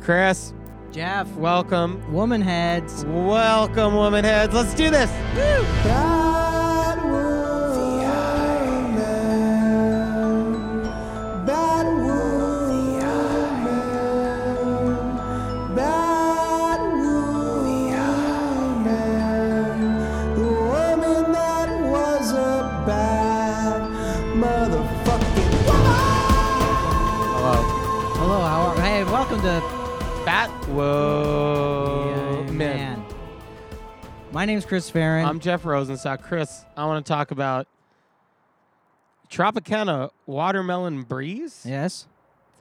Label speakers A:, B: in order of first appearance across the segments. A: Chris,
B: Jeff,
A: welcome.
B: woman heads.
A: Welcome, woman heads. Let's do this. Hello.
B: Hello, how are? Hey, welcome to
A: Bat. Whoa.
B: Yeah, man. My name's Chris Farron.
A: I'm Jeff Rosenstock. Chris, I want to talk about Tropicana Watermelon Breeze.
B: yes,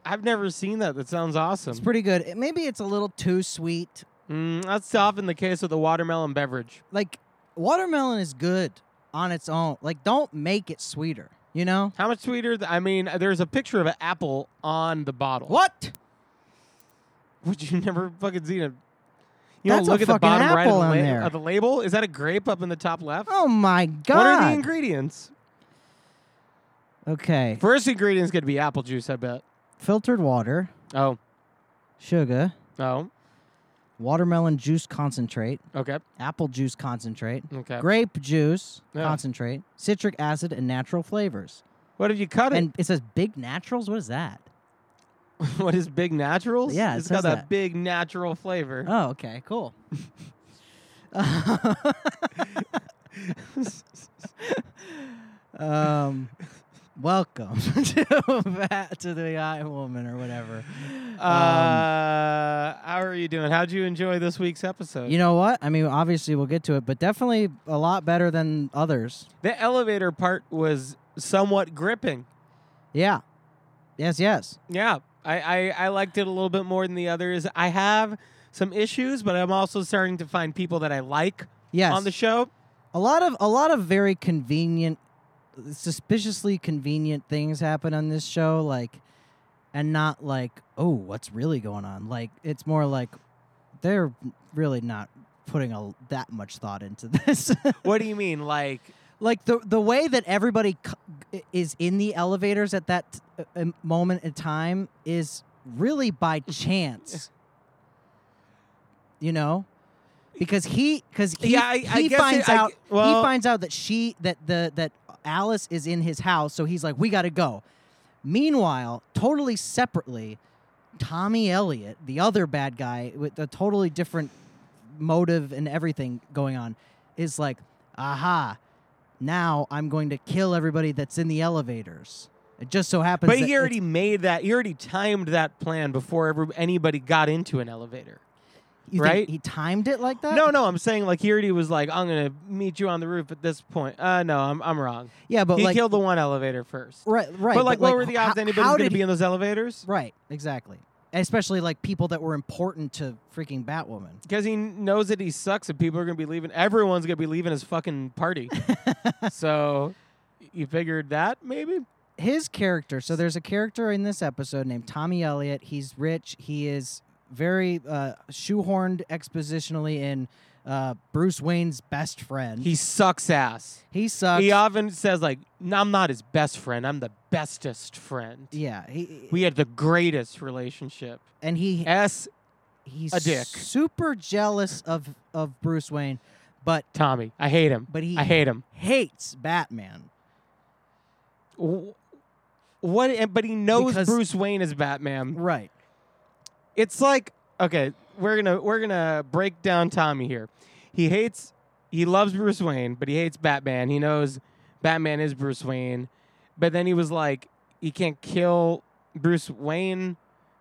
A: I've never seen that. That sounds awesome.
B: it's pretty good. It- maybe it's a little too sweet.
A: mm, that's often the case with a watermelon beverage.
B: Like watermelon is good on its own. Like don't make it sweeter. You know
A: How much sweeter? Th- I mean, there's a picture of an apple on the bottle.
B: what?
A: Would you never fucking seen it? You don't
B: That's a
A: look at the
B: fucking
A: bottom right of
B: apple
A: the,
B: on
A: la-
B: there.
A: of the label. Is that a grape up in the top left?
B: Oh my god!
A: What are the ingredients?
B: okay,
A: First ingredient's going to be apple juice, I bet.
B: filtered water,
A: Oh,
B: sugar,
A: oh,
B: watermelon juice concentrate,
A: okay,
B: apple juice concentrate,
A: okay.
B: grape juice
A: Yeah.
B: concentrate, citric acid, and natural flavors.
A: What have you cut it?
B: And it says big naturals. What is that?
A: what is Big Naturals?
B: Yeah, it
A: it's got
B: says
A: that.
B: that.
A: big natural flavor.
B: Oh, okay, cool. um, welcome to that, to the I woman or whatever.
A: uh, how are you doing? How'd you enjoy this week's episode?
B: You know what? I mean, obviously we'll get to it, but definitely a lot better than others.
A: the elevator part was somewhat gripping.
B: Yeah. Yes. Yes.
A: Yeah, I, I, I liked it a little bit more than the others. I have some issues, but I'm also starting to find people that I like
B: Yes.
A: on the show.
B: a lot of a lot of very convenient suspiciously convenient things happen on this show like and not like oh what's really going on like it's more like they're really not putting a, that much thought into this
A: What do you mean? Like,
B: like the the way that everybody c- is in the elevators at that uh, um, moment in time is really by chance you know because he because he,
A: Yeah, I-
B: he
A: I guess it-
B: finds
A: I-
B: out
A: well-
B: he finds out that she that the that alice is in his house so he's like we gotta go meanwhile totally separately tommy elliot the other bad guy with a totally different motive and everything going on is like aha now i'm going to kill everybody that's in the elevators it just so happens
A: but
B: that
A: he
B: it's-
A: already made that. He already timed that plan before ever, anybody got into an elevator.
B: you think
A: right?
B: he timed it like that
A: No, no, I'm saying like he already was like, I'm gonna meet you on the roof at this point. Uh, no, I'm I'm wrong.
B: yeah but
A: he
B: like
A: killed the one elevator first.
B: right right
A: But like, what were the
B: ho-
A: odds anybody's
B: how
A: gonna
B: did
A: be in those elevators?
B: Right, exactly. Especially like people that were important to freaking Batwoman.
A: Because he knows that he sucks and people are gonna be leaving. Everyone's gonna be leaving his fucking party. so you figured that maybe?
B: His character, so there's a character in this episode named Tommy Elliott. He's rich. He is very uh, shoehorned expositionally in uh, Bruce Wayne's best friend.
A: He sucks ass.
B: he sucks.
A: He often says like, "No, I'm not his best friend. I'm the bestest friend.
B: yeah, he
A: We had the greatest relationship.
B: and he
A: S.
B: he's
A: a dick.
B: super jealous of of Bruce Wayne, but
A: Tommy. I hate him.
B: but he
A: I hate him.
B: hates Batman.
A: Wh- What? and- But he knows
B: Because-
A: Bruce Wayne is Batman.
B: Right.
A: it's like okay we're gonna we're gonna break down tommy here he hates he loves bruce wayne but he hates batman he knows batman is bruce wayne but then he was like he can't kill bruce wayne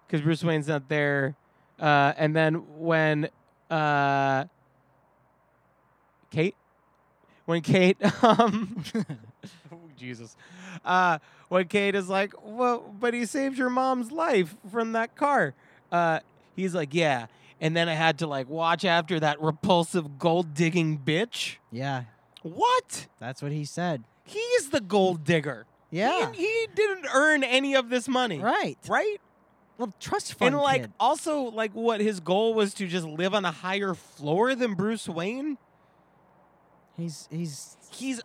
A: because bruce wayne's not there uh, and then when uh, kate when kate um oh, jesus uh, when kate is like well but he saved your mom's life from that car uh, he's like, yeah. And then I had to like watch after that repulsive gold digging bitch.
B: Yeah,
A: What?
B: that's what he said.
A: He is the gold digger. He-
B: Yeah.
A: He, didn't earn any of this money.
B: Right.
A: Right?
B: Well, trust fund
A: and like
B: kid.
A: also like what his goal was to just live on a higher floor than Bruce Wayne.
B: He's he's
A: He's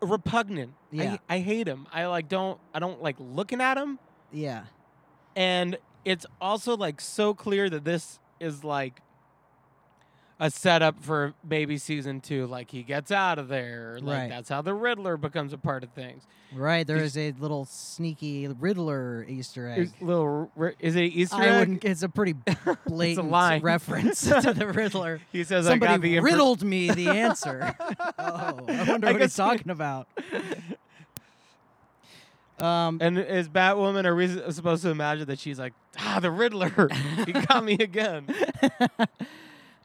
A: repugnant. I-
B: Yeah.
A: I, hate him. I like don't I don't like looking at him
B: yeah.
A: and it's also like so clear that this is like a setup for maybe season two. Like he gets out of there. Like
B: Right.
A: that's how the Riddler becomes a part of things.
B: Right, there
A: Did-
B: is a little sneaky Riddler Easter egg.
A: Is little r- is it Easter
B: I
A: egg?
B: wouldn't. It's a pretty blatant
A: line.
B: reference to the Riddler.
A: He says I got
B: Somebody
A: the infor-
B: riddled me the answer. oh, I wonder
A: I
B: what
A: guess-
B: he's talking about. Um,
A: And is Batwoman are we s- supposed to imagine that she's like ah the Riddler? he got me again.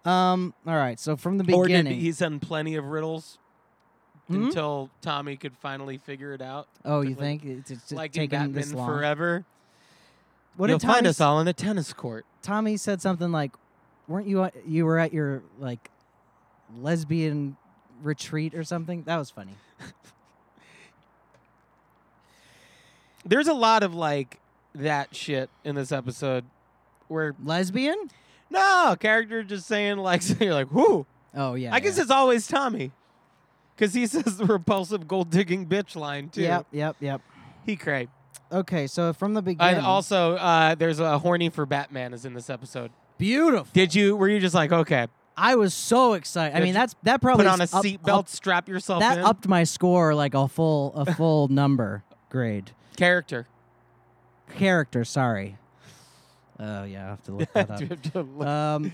B: um, all right. So from the
A: Or did
B: beginning.
A: he send plenty of riddles
B: Hmm?
A: until Tommy could finally figure it out?
B: Oh, you
A: Like-
B: think it's, it's
A: like in
B: taking
A: Batman
B: this long?
A: Forever.
B: What
A: You'll
B: did Tommy
A: find us
B: s-
A: all in a tennis court.
B: Tommy said something like, "Weren't you at- you were at your like lesbian retreat or something?" That was funny.
A: There's a lot of like that shit in this episode where
B: Lesbian?
A: no character just saying like so you're like whoo.
B: Oh yeah.
A: I guess
B: yeah.
A: it's always Tommy. Cause he says the repulsive gold digging bitch line too.
B: Yep, yep, yep.
A: He cray.
B: Okay, so from the beginning,
A: And also, uh, there's a horny for Batman is in this episode.
B: beautiful.
A: Did you? Were you just like, okay,
B: I was so excited. I
A: Did
B: mean,
A: you
B: that's that probably
A: put on a
B: s- up-
A: seatbelt,
B: up-
A: strap yourself
B: That
A: in?
B: upped my score like a full a full number grade.
A: Character.
B: Character, sorry. Oh yeah, I have to look that up. um.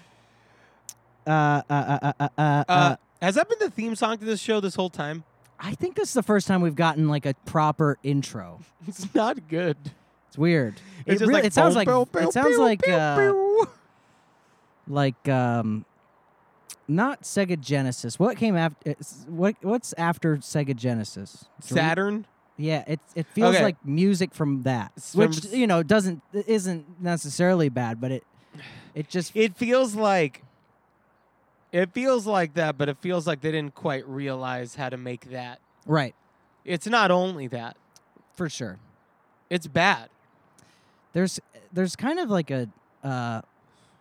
B: Uh, uh, uh, uh, uh, uh,
A: Uh, has that been the theme song to this show this whole time?
B: I think this is the first time we've gotten like a proper intro.
A: It's not good.
B: It's weird.
A: It's
B: it
A: just
B: really,
A: like
B: it sounds
A: bow,
B: like
A: bow, bow,
B: it sounds
A: bow,
B: like
A: bow,
B: uh,
A: bow.
B: like um, not Sega Genesis. What came after? What what's after Sega Genesis? Dr-
A: Saturn.
B: Yeah, it it feels
A: Okay.
B: like music from that,
A: It's from
B: which
A: s-
B: you know doesn't isn't necessarily bad, but it it just
A: It feels like. It feels like that, but it feels like they didn't quite realize how to make that.
B: right
A: It's not only that;
B: for sure.
A: it's bad.
B: There's there's kind of like a uh,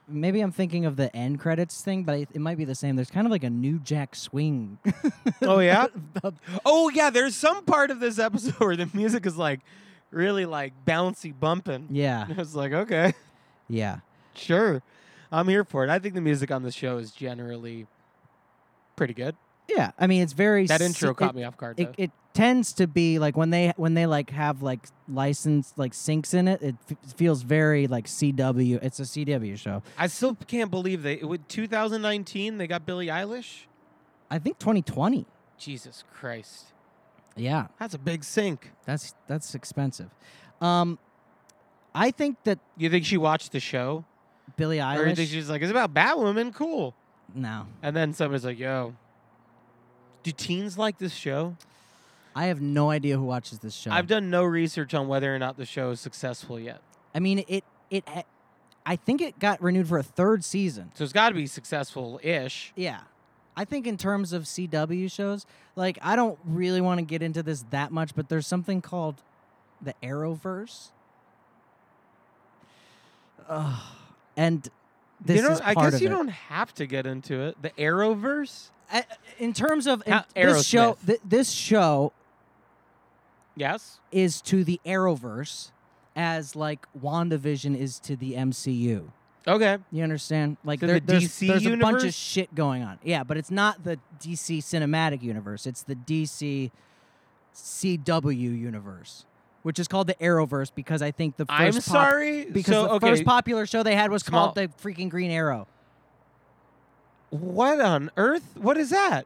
B: maybe I'm thinking of the end credits thing, but it, it might be the same. There's kind of like a New Jack Swing.
A: Oh yeah. oh yeah. There's some part of this episode where the music is like really like bouncy bumping.
B: yeah,
A: I was like, okay,
B: yeah.
A: sure, I'm here for it. I think the music on the show is generally pretty good.
B: Yeah, I mean it's very
A: That
B: si-
A: intro
B: it-
A: caught me off guard.
B: It, it tends to be like when they when they like have like licensed like sinks in it, it f- feels very like CW. It's a CW show.
A: though. I still can't believe they. With 2019, they got Billie Eilish.
B: I think 2020.
A: Jesus Christ,
B: Yeah,
A: that's a big sink.
B: that's that's expensive. Um, I think that
A: You think she watched the show,
B: Billie
A: or you
B: Eilish.
A: think she's like, it's about Batwoman, cool?
B: no,
A: And then somebody's like, yo, do teens like this show?
B: I have no idea who watches this show.
A: I've done no research on whether or not the show is successful yet.
B: I mean it it. ha- I think it got renewed for a third season.
A: So it's got to be successful ish.
B: Yeah. I think in terms of CW shows, like I don't really want to get into this that much, but there's something called the Arrowverse. Ugh. And this
A: you know,
B: is
A: I
B: part
A: guess
B: of
A: you
B: it.
A: don't have to get into it. The Arrowverse?
B: I- in terms of in-
A: How-
B: this show,
A: Aerosmith.
B: th- this show
A: Yes.
B: is to the Arrowverse as like WandaVision is to the MCU.
A: Okay.
B: You understand? Like
A: To
B: there-
A: the
B: there's,
A: DC
B: there's a bunch of
A: universe?
B: shit going on. Yeah, but it's not the DC cinematic universe. It's the DC CW universe, which is called the Arrowverse because I think the 1st
A: I'm
B: pop-
A: sorry.
B: because
A: so,
B: the
A: okay.
B: first popular show they had was called
A: Small-
B: the freaking Green Arrow.
A: what on earth? What is that?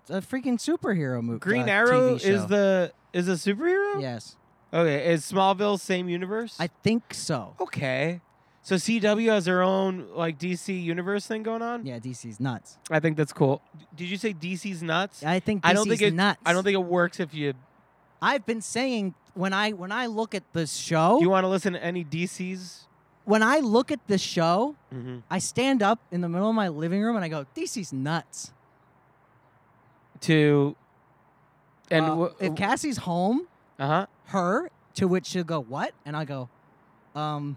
B: It's a freaking superhero uh, movie.
A: Green Arrow is the is a superhero?
B: Yes.
A: Okay. Is Smallville same universe?
B: I think so.
A: okay. So CW has their own like DC universe thing going on?
B: Yeah, DC's nuts.
A: I think that's cool. D- Did you say DC's nuts?
B: I think DC's
A: I don't think it-
B: nuts.
A: I don't think it works if you
B: I've been saying when I when I look at the show,
A: Do you want to listen to any DCs?
B: when I look at the show,
A: Mm-hmm.
B: I stand up in the middle of my living room and I go, DC's nuts.
A: To and
B: Uh,
A: w-
B: if Cassie's home,
A: uh huh.
B: her, to which she'll go, What? And I go, Um,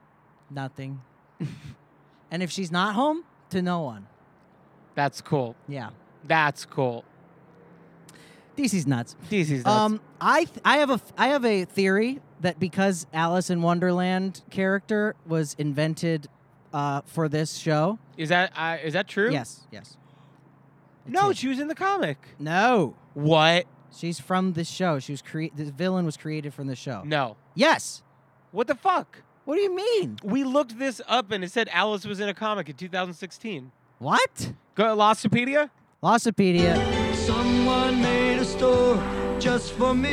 B: nothing. and if she's not home, to no one.
A: That's cool.
B: Yeah.
A: That's cool.
B: DC's nuts.
A: DC's nuts.
B: Um, I th- I have a f- I have a theory that because Alice in Wonderland character was invented uh, for this show.
A: Is that uh, is that true?
B: Yes, yes. It's
A: No,
B: it.
A: she was in the comic.
B: no.
A: What?
B: She's from this show. She was cre- the villain was created from the show.
A: No.
B: Yes.
A: What the fuck?
B: What do you mean?
A: We looked this up and it said Alice was in a comic in 2016.
B: What?
A: Go Lostopedia.
B: Lossopedia.
C: Someone made a store just for me.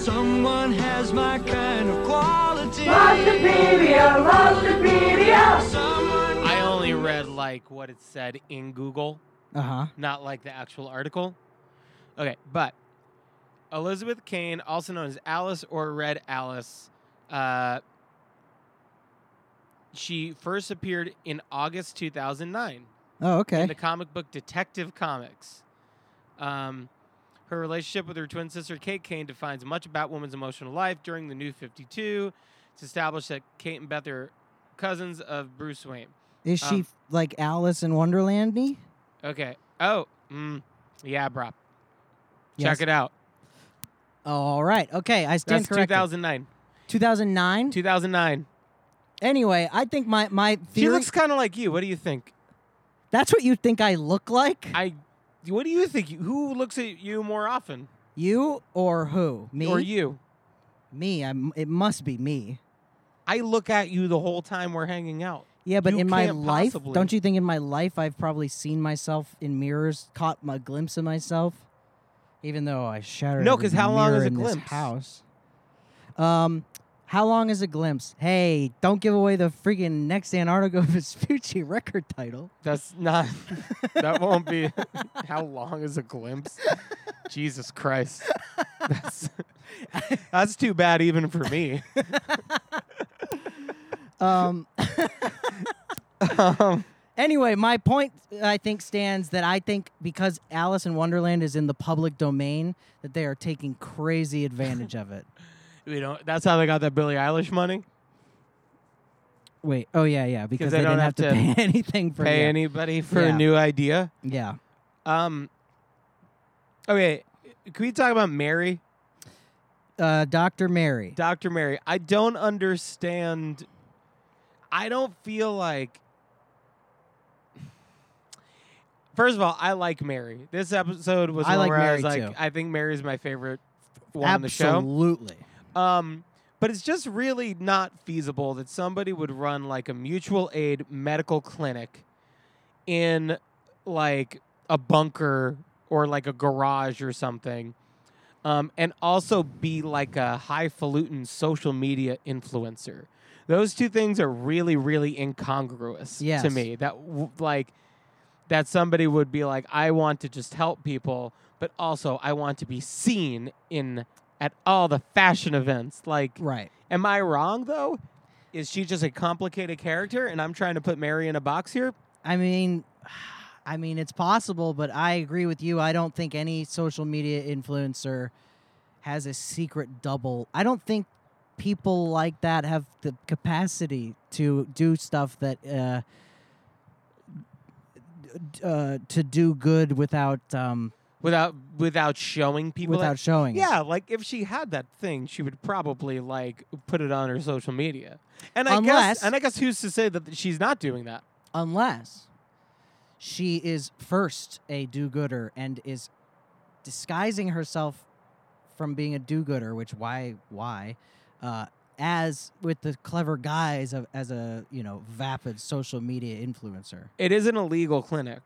C: Someone has my kind of quality. Someone
A: I only read like what it said in Google,
B: Uh huh.
A: not like the actual article. Okay, but Elizabeth Kane, also known as Alice or Red Alice, uh, she first appeared in August 2009.
B: Oh,
A: in
B: okay.
A: the comic book Detective Comics. Um, her relationship with her twin sister Kate Kane defines much about women's emotional life during the New 52. It's established that Kate and Beth are cousins of Bruce Wayne.
B: Is she
A: um,
B: f- like Alice in Wonderlandy?
A: Okay. Oh, mm, yeah, bro. Check
B: Yes.
A: it out.
B: All right. Okay, I stand
A: That's
B: corrected.
A: 2009.
B: 2009.
A: 2009.
B: Anyway, I think my my
A: She
B: theory.
A: looks kind of like you. What do you think?
B: that's what you think I look like.
A: I. What do you think? Who looks at you more often,
B: you or who? Me
A: or you?
B: Me. I'm, it must be me.
A: I look at you the whole time we're hanging out.
B: Yeah, but
A: You
B: in my
A: can't
B: life,
A: possibly.
B: don't you think in my life I've probably seen myself in mirrors, caught a glimpse of myself, even though I shattered.
A: No,
B: every
A: 'cause how long
B: mirror
A: is a
B: in this
A: glimpse?
B: House. Um, how long is a glimpse? Hey, don't give away the freaking next Antarctica Vespucci record title.
A: That's not. That won't be. How long is a glimpse? Jesus Christ. That's, that's too bad even for me.
B: Um.
A: Um,
B: Anyway, my point I think stands that I think because Alice in Wonderland is in the public domain, that they are taking crazy advantage of it.
A: you know, that's how they got that Billie Eilish money.
B: Wait, oh yeah, yeah, because they, don't didn't have, to, pay anything for
A: Pay
B: yeah.
A: anybody for
B: Yeah.
A: a new idea.
B: Yeah.
A: Um. Okay, can we talk about Mary,
B: Uh, Dr. Mary.
A: Doctor Mary? I don't understand. I don't feel like. First of all, I like Mary. This episode was
B: I
A: one
B: like
A: where I was
B: Mary,
A: like,
B: too.
A: I think Mary's my favorite one on the show.
B: Absolutely.
A: Um, but it's just really not feasible that somebody would run like a mutual aid medical clinic in like a bunker or like a garage or something. Um, and also be like a highfalutin social media influencer. Those two things are really, really incongruous to
B: Yes.
A: me. That w- like that somebody would be like, I want to just help people, but also I want to be seen in at all the fashion events. Like,
B: Right.
A: am I wrong though? Is she just a complicated character, and I'm trying to put Mary in a box here?
B: I mean, I mean, it's possible, but I agree with you. I don't think any social media influencer has a secret double. I don't think people like that have the capacity to do stuff that uh, d- uh, to do good without um,
A: Without without showing people.
B: without
A: that-
B: showing. it.
A: yeah, like if she had that thing, she would probably like put it on her social media. And I
B: Unless-
A: guess, and I guess, who's to say that she's not doing that?
B: unless she is first a do-gooder and is disguising herself from being a do-gooder which why why uh, as with the clever guise of as a you know vapid social media influencer
A: It is an illegal clinic,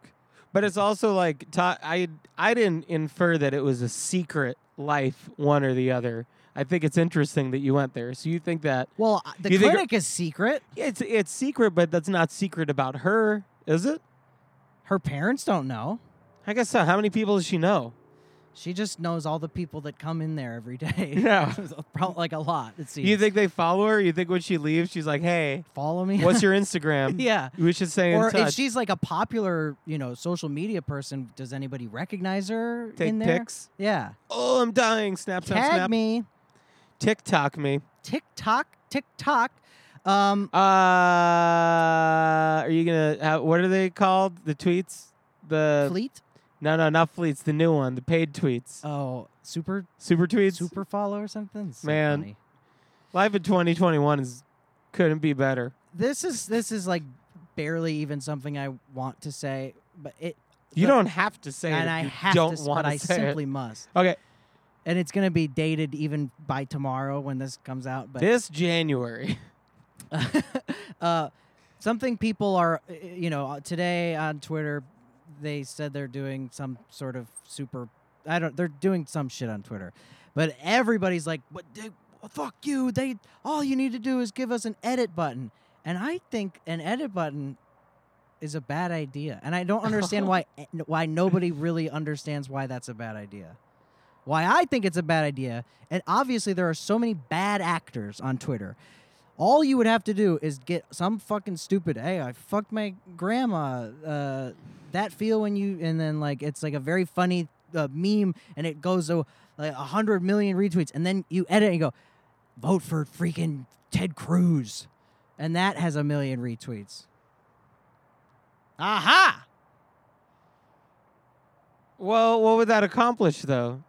A: but it's also like ta- I I didn't infer that it was a secret life, one or the other. I think it's interesting that you went there. So you think that
B: well uh, the
A: You think-
B: clinic is secret
A: it's it's secret, but that's not secret about her, is it?
B: her parents don't know
A: I guess so. How many people does she know?
B: she just knows all the people that come in there every day
A: Yeah.
B: Probably like a lot it seems
A: You think they follow her? You think when she leaves, she's like, "Hey,
B: follow me
A: what's your Instagram?
B: yeah
A: we should stay in
B: or if
A: touch.
B: she's like a popular, you know, social media person, does anybody recognize her
A: Take
B: in there?
A: pics.
B: Yeah.
A: Oh, I'm dying. Snap, snap,
B: Tag
A: snap.
B: me.
A: TikTok me.
B: TikTok, TikTok. Um,
A: Uh, are you gonna? Have, what are they called? The tweets. The
B: fleet.
A: No, no, not fleets. The new one, the paid tweets,
B: Oh, super
A: super tweets.
B: super follow or something. So
A: Man.
B: funny.
A: Life in 2021 is couldn't be better.
B: this is this is like barely even something I want to say, but it
A: You
B: But-
A: don't have to say it.
B: and
A: if
B: I
A: you
B: have
A: don't
B: to, s-
A: want
B: but I
A: say
B: simply
A: it.
B: must.
A: Okay,
B: And it's gonna be dated even by tomorrow when this comes out. But
A: this January.
B: uh, something people are, uh, you know, uh, today on Twitter, they said they're doing some sort of super. I don't. They're doing some shit on Twitter, but everybody's like, "What? They, fuck you! They all you need to do is give us an edit button." And I think an edit button is a bad idea, and I don't understand why eh, why nobody really understands why that's a bad idea. Why I think it's a bad idea, and obviously there are so many bad actors on Twitter. All you would have to do is get some fucking stupid. Hey, I fucked my grandma. Uh, that feel when you and then like it's like a very funny uh, meme, and it goes to like a hundred million retweets, and then you edit and you go, vote for freaking Ted Cruz, and that has a million retweets. Aha!
A: Well, what would that accomplish though?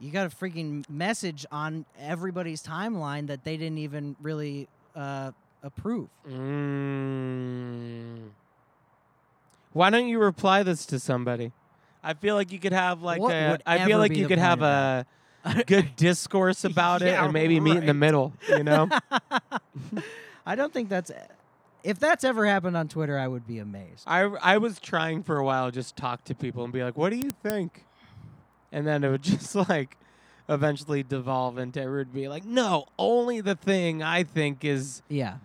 B: You got a freaking message on everybody's timeline that they didn't even really uh, approve.
A: Mm. Why don't you reply this to somebody? I feel like you could have like
B: What
A: a.
B: would
A: I feel
B: ever
A: like
B: be
A: you
B: the
A: could
B: point
A: have
B: of that?
A: a good discourse about it,
B: Yeah,
A: and maybe meet in the
B: right.
A: middle. You know,
B: I don't think that's. If that's ever happened on Twitter, I would be amazed.
A: I I was trying for a while just talk to people and be like, "What do you think?" And then it would just like eventually devolve into it would be like, "No, only the thing I think is
B: Yeah,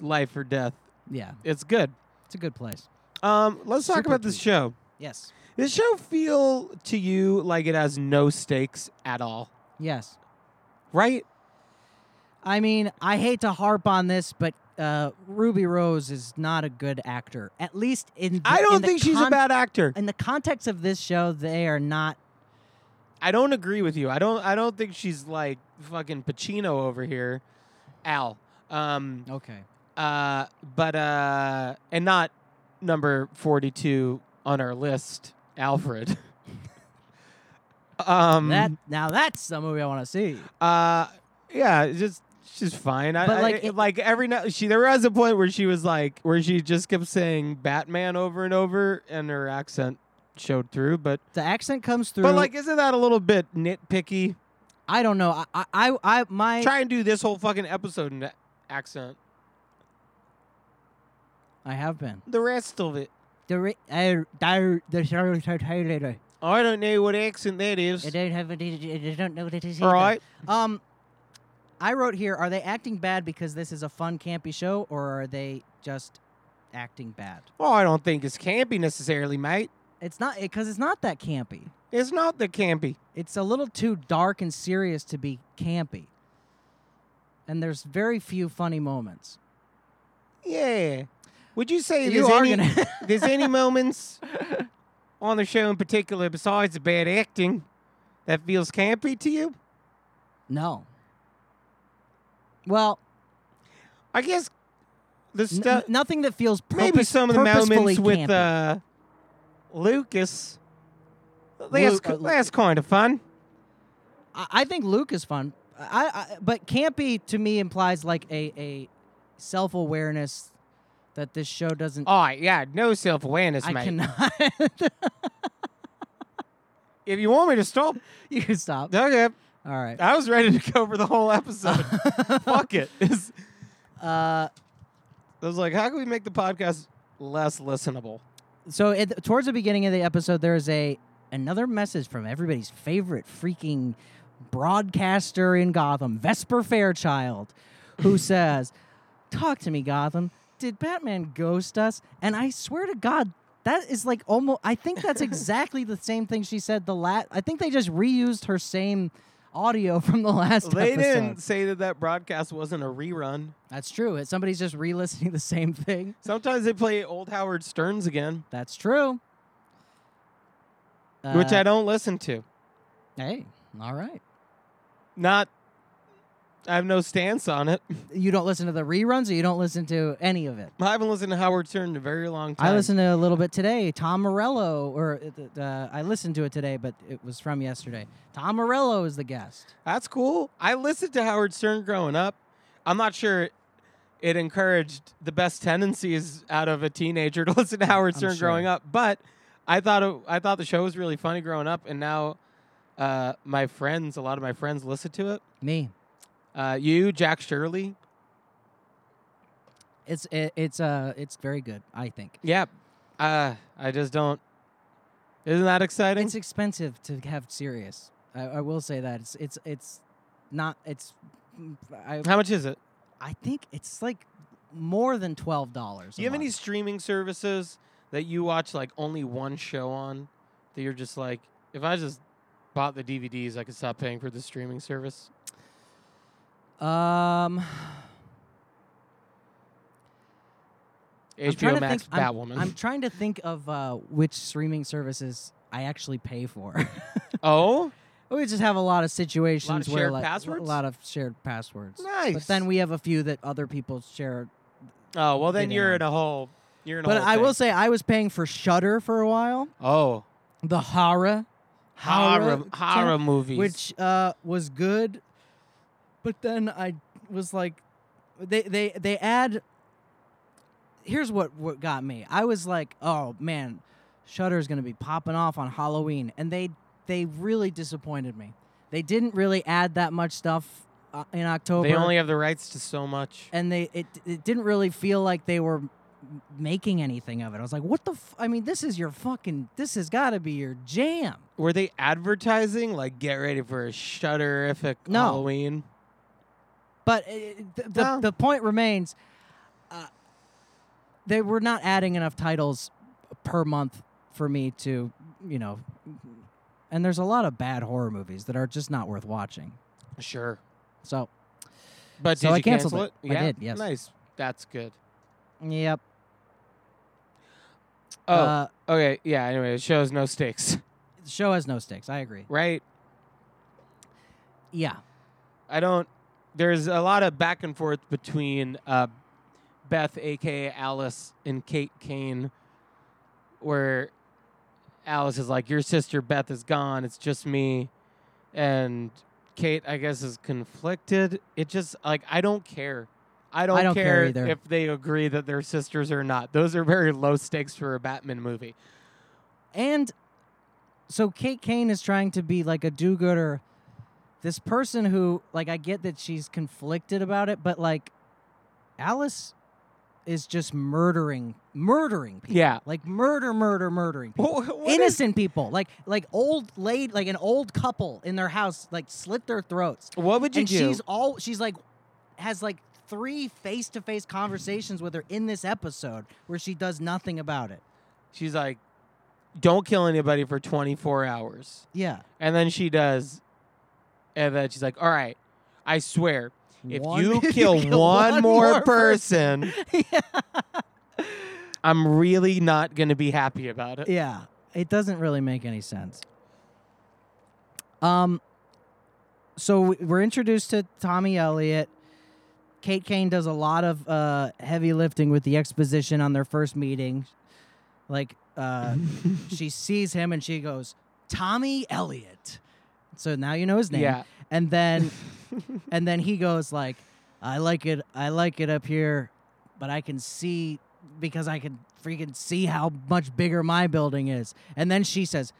A: life or death.
B: yeah,
A: It's good."
B: it's a good place.
A: Um, let's talk
B: Super
A: about this
B: tweet.
A: show.
B: Yes,
A: This show feel to you like it has no stakes at all,
B: yes.
A: right?
B: I mean, I hate to harp on this, but uh, Ruby Rose is not a good actor. At least in the,
A: I
B: in
A: don't
B: the
A: think she's a
B: con-
A: bad actor.
B: In the context of this show, they are not.
A: I don't agree with you. I don't. I don't think she's like fucking Pacino over here, Al. Um,
B: Okay.
A: uh, but uh, and not number forty-two on our list, Alfred. um,
B: that now that's the movie I want to see.
A: Uh, yeah, it's just she's fine. I,
B: But,
A: I-
B: like, it-
A: like every now she there was a point where she was like where she just kept saying Batman over and over, and her accent showed through. But
B: The accent comes through.
A: but like, isn't that a little bit nitpicky?
B: I don't know. I I I, I my
A: Try and do this whole fucking episode in that accent.
B: I have been.
A: The rest of it,
B: The re- I, I, the
A: I don't know what accent that is.
B: I don't have a, I don't know what it is.
A: All
B: either.
A: right,
B: Um, I wrote here: Are they acting bad because this is a fun, campy show, or are they just acting bad?
A: well, I don't think it's campy necessarily, mate.
B: It's not because it's not that campy.
A: It's not the campy.
B: It's a little too dark and serious to be campy. And there's very few funny moments.
A: Yeah. Would you say
B: You
A: there's
B: are
A: any
B: gonna-
A: there's any moments on the show in particular besides the bad acting that feels campy to you?
B: No. Well,
A: I guess the
B: n-
A: stuff
B: nothing that feels purpose-
A: maybe some of the
B: purposefully
A: moments with
B: campy.
A: uh, Lucas. That's
B: Lu- uh, Lu-
A: that's kind of fun.
B: I, I think Luke is fun. I, I but campy to me implies like a a self awareness that this show doesn't.
A: All right, yeah, no self awareness,
B: I
A: mate.
B: cannot.
A: If you want me to stop,
B: you can stop.
A: okay.
B: All right.
A: I was ready to cover the whole episode. Fuck it. It's-
B: Uh,
A: I was like, how can we make the podcast less listenable?
B: so at, towards the beginning of the episode, there is a another message from everybody's favorite freaking broadcaster in Gotham, Vesper Fairchild, who says, "Talk to me, Gotham. Did Batman ghost us?" And I swear to God. That is like almost. I think that's exactly the same thing she said. The last. I think they just reused her same audio from the last
A: They
B: episode.
A: didn't say that that broadcast wasn't a rerun.
B: That's true. Somebody's just re-listening the same thing.
A: Sometimes they play old Howard Stearns again,
B: That's true.
A: which
B: Uh,
A: I don't listen to.
B: Hey, all right.
A: Not I have no stance on it.
B: You don't listen to the reruns, or you don't listen to any of it.
A: I haven't listened to Howard Stern in a very long time.
B: I listened to a little bit today. Tom Morello, or uh, uh, I listened to it today, but it was from yesterday. Tom Morello is the guest.
A: That's cool. I listened to Howard Stern growing up. I'm not sure it encouraged the best tendencies out of a teenager to listen to Howard
B: I'm
A: Stern
B: sure.
A: growing up, but I thought it, I thought the show was really funny growing up, and now uh, my friends, a lot of my friends, listen to it.
B: Me.
A: Uh, you, Jack Shirley,
B: It's it, it's uh it's very good. I think
A: yeah. Uh, I just don't. Isn't that exciting?
B: it's expensive to have serious. I, I will say that it's it's it's not it's. I
A: How much is it?
B: I think it's like more than twelve dollars.
A: Do you have any streaming services that you watch like only one show on that you're just like, if I just bought the DVDs, I could stop paying for the streaming service?
B: Um, I'm trying
A: HBO
B: to
A: Max,
B: think, I'm-
A: Batwoman.
B: I'm, trying to think of uh, which streaming services I actually pay for.
A: oh,
B: we just have a lot of situations where
A: shared
B: like
A: passwords?
B: a lot of shared passwords. But
A: Nice.
B: then we have a few that other people share.
A: oh well, then
B: Getting
A: you're
B: on.
A: in a hole. You're in a
B: But
A: whole
B: I will
A: thing.
B: say I was paying for Shutter for a while.
A: oh,
B: The horror,
A: horror,
B: channel,
A: horror movies.
B: which uh, was good. But then I was like, they they they add. Here's what what got me. I was like, oh man, Shutter's gonna be popping off on Halloween, and they they really disappointed me. They didn't really add that much stuff uh, in October,
A: they only have the rights to so much.
B: and they it it didn't really feel like they were m- making anything of it. I was like, what the? F- I mean, this is your fucking. This has got to be your jam.
A: Were they advertising like get ready for a shudterific
B: No.
A: Halloween?
B: But it, the, the,
A: No.
B: the point remains, uh, they were not adding enough titles per month for me to, you know. And there's a lot of bad horror movies that are just not worth watching.
A: Sure,
B: So,
A: but
B: So
A: did
B: I
A: you
B: canceled
A: cancel
B: it. I
A: Yeah,
B: did, yes.
A: nice. That's good.
B: yep.
A: Oh,
B: Uh,
A: okay. Yeah. Anyway, it shows no stakes,
B: the show has no stakes. I agree.
A: right?
B: Yeah.
A: I don't. There's a lot of back and forth between uh, Beth, aka Alice, and Kate Kane, where Alice is like, "Your sister Beth is gone. It's just me," and Kate, I guess, is conflicted. It just like I don't care. I don't,
B: don't care either.
A: if they agree that they're sisters or not. Those are very low stakes for a Batman movie.
B: And so Kate Kane is trying to be like a do gooder. This person who, like, I get that she's conflicted about it, but like, Alice is just murdering, murdering people.
A: Yeah.
B: Like, murder, murder, murdering people.
A: What- what is-
B: Innocent people, like like old lady, like an old couple in their house, like slit their throats.
A: what would you
B: And
A: do?
B: she's all she's like has like three face to face conversations with her in this episode where she does nothing about it.
A: She's like, don't kill anybody for 24 hours.
B: Yeah.
A: And then she does. And then she's like, all right, I swear, if
B: One-
A: you kill, one, more, person,
B: yeah.
A: I'm really not going to be happy about it.
B: yeah, it doesn't really make any sense. Um, so we- we're introduced to Tommy Elliott. Kate Kane does a lot of uh, heavy lifting with the exposition on their first meeting. Like, uh, she sees him and she goes, "Tommy Elliott." So now you know his name.
A: Yeah.
B: And then and then he goes like, "I like it. I like it up here, but I can see because I can freaking see how much bigger my building is." And then she says,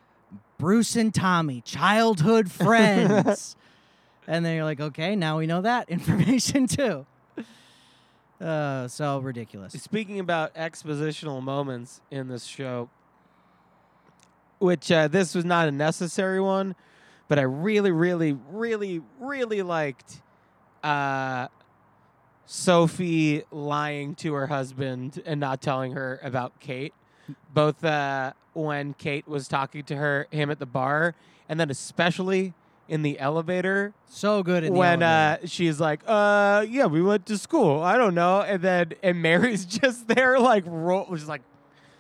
B: "Bruce and Tommy, childhood friends." and then you're like, "Okay, now we know that information too." Uh, so ridiculous.
A: Speaking about expositional moments in this show, which uh, this was not a necessary one, but I really, really, really, really liked uh, Sophie lying to her husband and not telling her about Kate. Both uh, when Kate was talking to her, him at the bar, and then especially in the elevator
B: So good in the
A: when
B: elevator.
A: uh, she's like, uh, yeah, we went to school. I don't know. And then, and Mary's just there, like, roll, just like,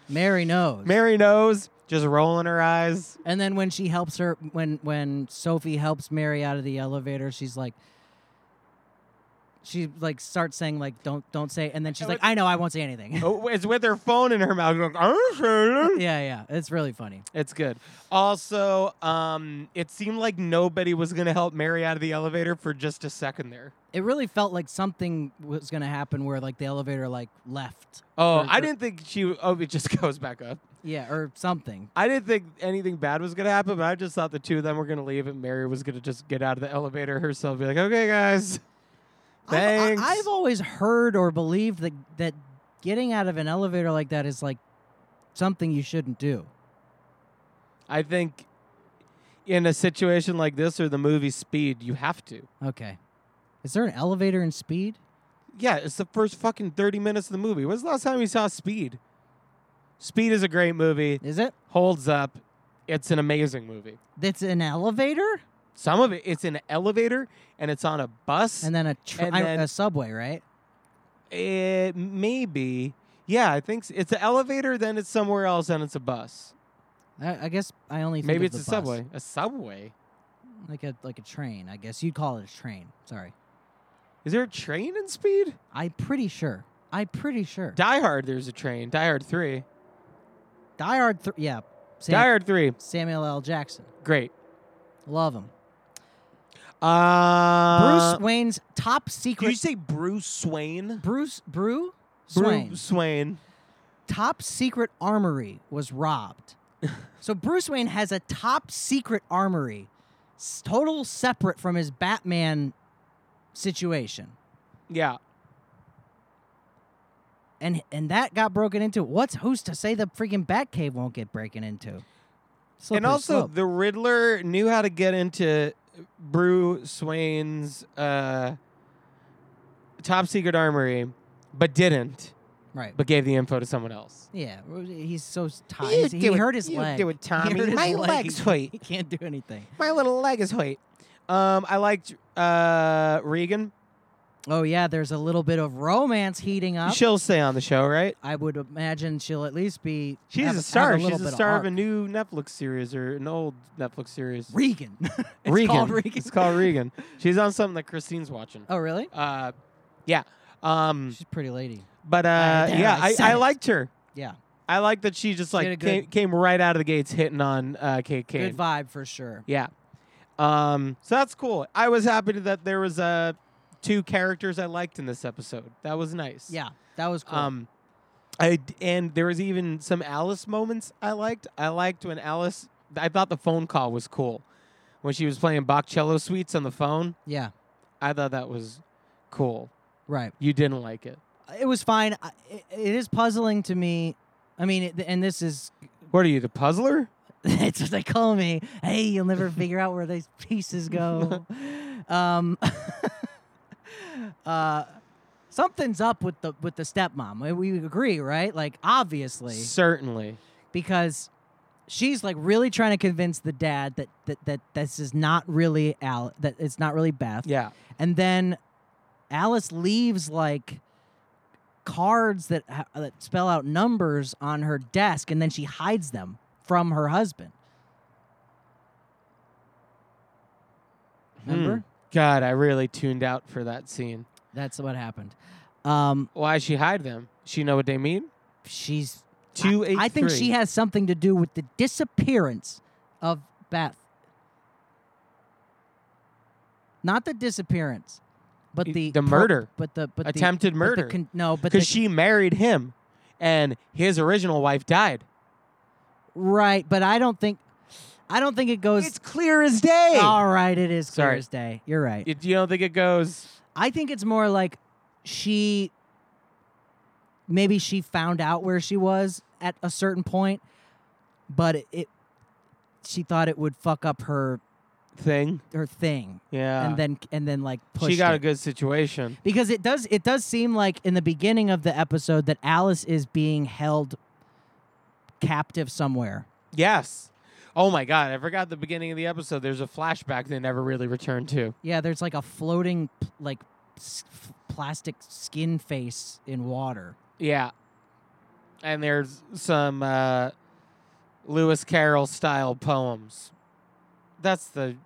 B: Mary knows.
A: Mary knows, just rolling her eyes.
B: And then when she helps her, when when Sophie helps Mary out of the elevator, she's like, she like starts saying like don't don't say and then she's
A: And
B: like I know I won't say anything.
A: Oh, it's with her phone in her mouth. going, "I'm sorry."
B: yeah, yeah. It's really funny.
A: It's good. Also, um, it seemed like nobody was gonna help Mary out of the elevator for just a second there.
B: It really felt like something was going to happen where like the elevator like left.
A: Oh,
B: Or-
A: I
B: or-
A: didn't think she. Oh, it just goes back up.
B: Yeah, or something.
A: I didn't think anything bad was gonna happen, but I just thought the two of them were gonna leave, and Mary was gonna just get out of the elevator herself, be like, "Okay, guys,
B: I've- I-
A: thanks."
B: I've, always heard or believed that that getting out of an elevator like that is like something you shouldn't do.
A: I think in a situation like this or the movie Speed, you have to.
B: Okay. Is there an elevator in speed?
A: Yeah, it's the first fucking thirty minutes of the movie. When's the last time you saw Speed? Speed is a great movie.
B: Is it?
A: Holds up. It's an amazing movie.
B: That's an elevator
A: Some of it, it's in an elevator and it's on a bus.
B: and then a tr-
A: And
B: I-
A: then-
B: a subway, right?
A: It maybe. Yeah, I think s it's an elevator. Then it's somewhere else, and it's a bus.
B: I, I guess I only think
A: Maybe
B: of
A: it's a
B: the bus.
A: subway. A subway.
B: like a like a train. I guess you'd call it a train. Sorry,
A: Is there a train in Speed?
B: I'm pretty sure. I'm pretty sure.
A: Die Hard. There's a train. Die Hard Three.
B: Die Hard, th- yeah. Sam-
A: Die Hard Three.
B: Samuel L. Jackson,
A: Great.
B: love him.
A: Uh,
B: Bruce Wayne's top secret.
A: Did you say Bruce Swain?
B: Bruce Brew Swain.
A: Bruce Swain.
B: top secret armory was robbed. so Bruce Wayne has a top secret armory, s- total separate from his Batman situation,
A: Yeah.
B: and and that got broken into. What's who's to say the freaking Batcave won't get broken into? Slippery
A: and also,
B: slope.
A: the Riddler knew how to get into Bruce Swain's uh, top secret armory, but didn't.
B: right.
A: But gave the info to someone else.
B: Yeah, well, he's so s-
A: What
B: tied.
A: are you
B: He's- He
A: doing?
B: hurt his
A: You
B: leg.
A: Do it,
B: He hurt
A: Tommy.
B: his
A: My
B: leg.
A: leg's hurt.
B: He can't do anything.
A: My little leg is hurt. Um, I liked uh, Regan.
B: Oh yeah, there's a little bit of romance heating up.
A: She'll stay on the show, right?
B: I would imagine she'll at least be.
A: She's
B: have-
A: a
B: have
A: star.
B: little
A: She's
B: bit
A: a star of,
B: arc.
A: a new Netflix series or an old Netflix series.
B: Regan. it's
A: Regan.
B: called Regan.
A: It's called Regan. She's on something that Christine's watching.
B: Oh really?
A: Uh, yeah. Um,
B: She's a pretty lady.
A: but uh,
B: there,
A: yeah,
B: I
A: I,
B: said
A: I
B: it.
A: liked her.
B: Yeah,
A: I like that she just
B: had a
A: like
B: good-
A: came, came right out of the gates hitting on uh, Kate Kane.
B: good vibe for sure.
A: Yeah. Um, so that's cool. I was happy that there was uh, two characters I liked in this episode. That was nice.
B: Yeah, that was cool.
A: Um, I d- and there was even some Alice moments I liked. I liked when Alice. I thought the phone call was cool when she was playing Boccello Suites on the phone.
B: yeah,
A: I thought that was cool.
B: right.
A: You didn't like it.
B: It was fine. I, it, it is puzzling to me. I mean, it, and this is.
A: What are you, the puzzler?
B: That's what they call me. Hey, you'll never figure out where these pieces go. um, uh, something's up with the with the stepmom. We we agree, right? Like obviously,
A: Certainly.
B: because she's like really trying to convince the dad that that, that this is not really Al that it's not really Beth.
A: Yeah.
B: And then Alice leaves like cards that ha- that spell out numbers on her desk and then she hides them from her husband.
A: Hmm.
B: Remember?
A: God, I really tuned out for that scene.
B: That's what happened. Um
A: Why she hide them? She know what they mean.
B: she's
A: Two eight.
B: I think she has something to do with the disappearance of Beth. Not the disappearance, but
A: Y-
B: the
A: the murder.
B: but the but the-
A: Attempted
B: but the
A: murder.
B: con- no, but the,
A: because she married him, and his original wife died.
B: right. But I don't think, I don't think it goes.
A: clear as day.
B: All right, it is clear
A: Sorry.
B: as day. You're right.
A: You, you don't think it goes?
B: I think it's more like she maybe she found out where she was at a certain point, but it, it she thought it would fuck up her
A: thing.
B: her thing
A: Yeah.
B: and then and then like pushed
A: she got
B: it.
A: a good situation.
B: because it does it does seem like in the beginning of the episode that Alice is being held captive somewhere.
A: Yes. Oh my God! I forgot the beginning of the episode. There's a flashback they never really returned to.
B: Yeah, there's like a floating p- like s- f- plastic skin face in water.
A: Yeah. And there's some uh, Lewis Carroll style poems. That's the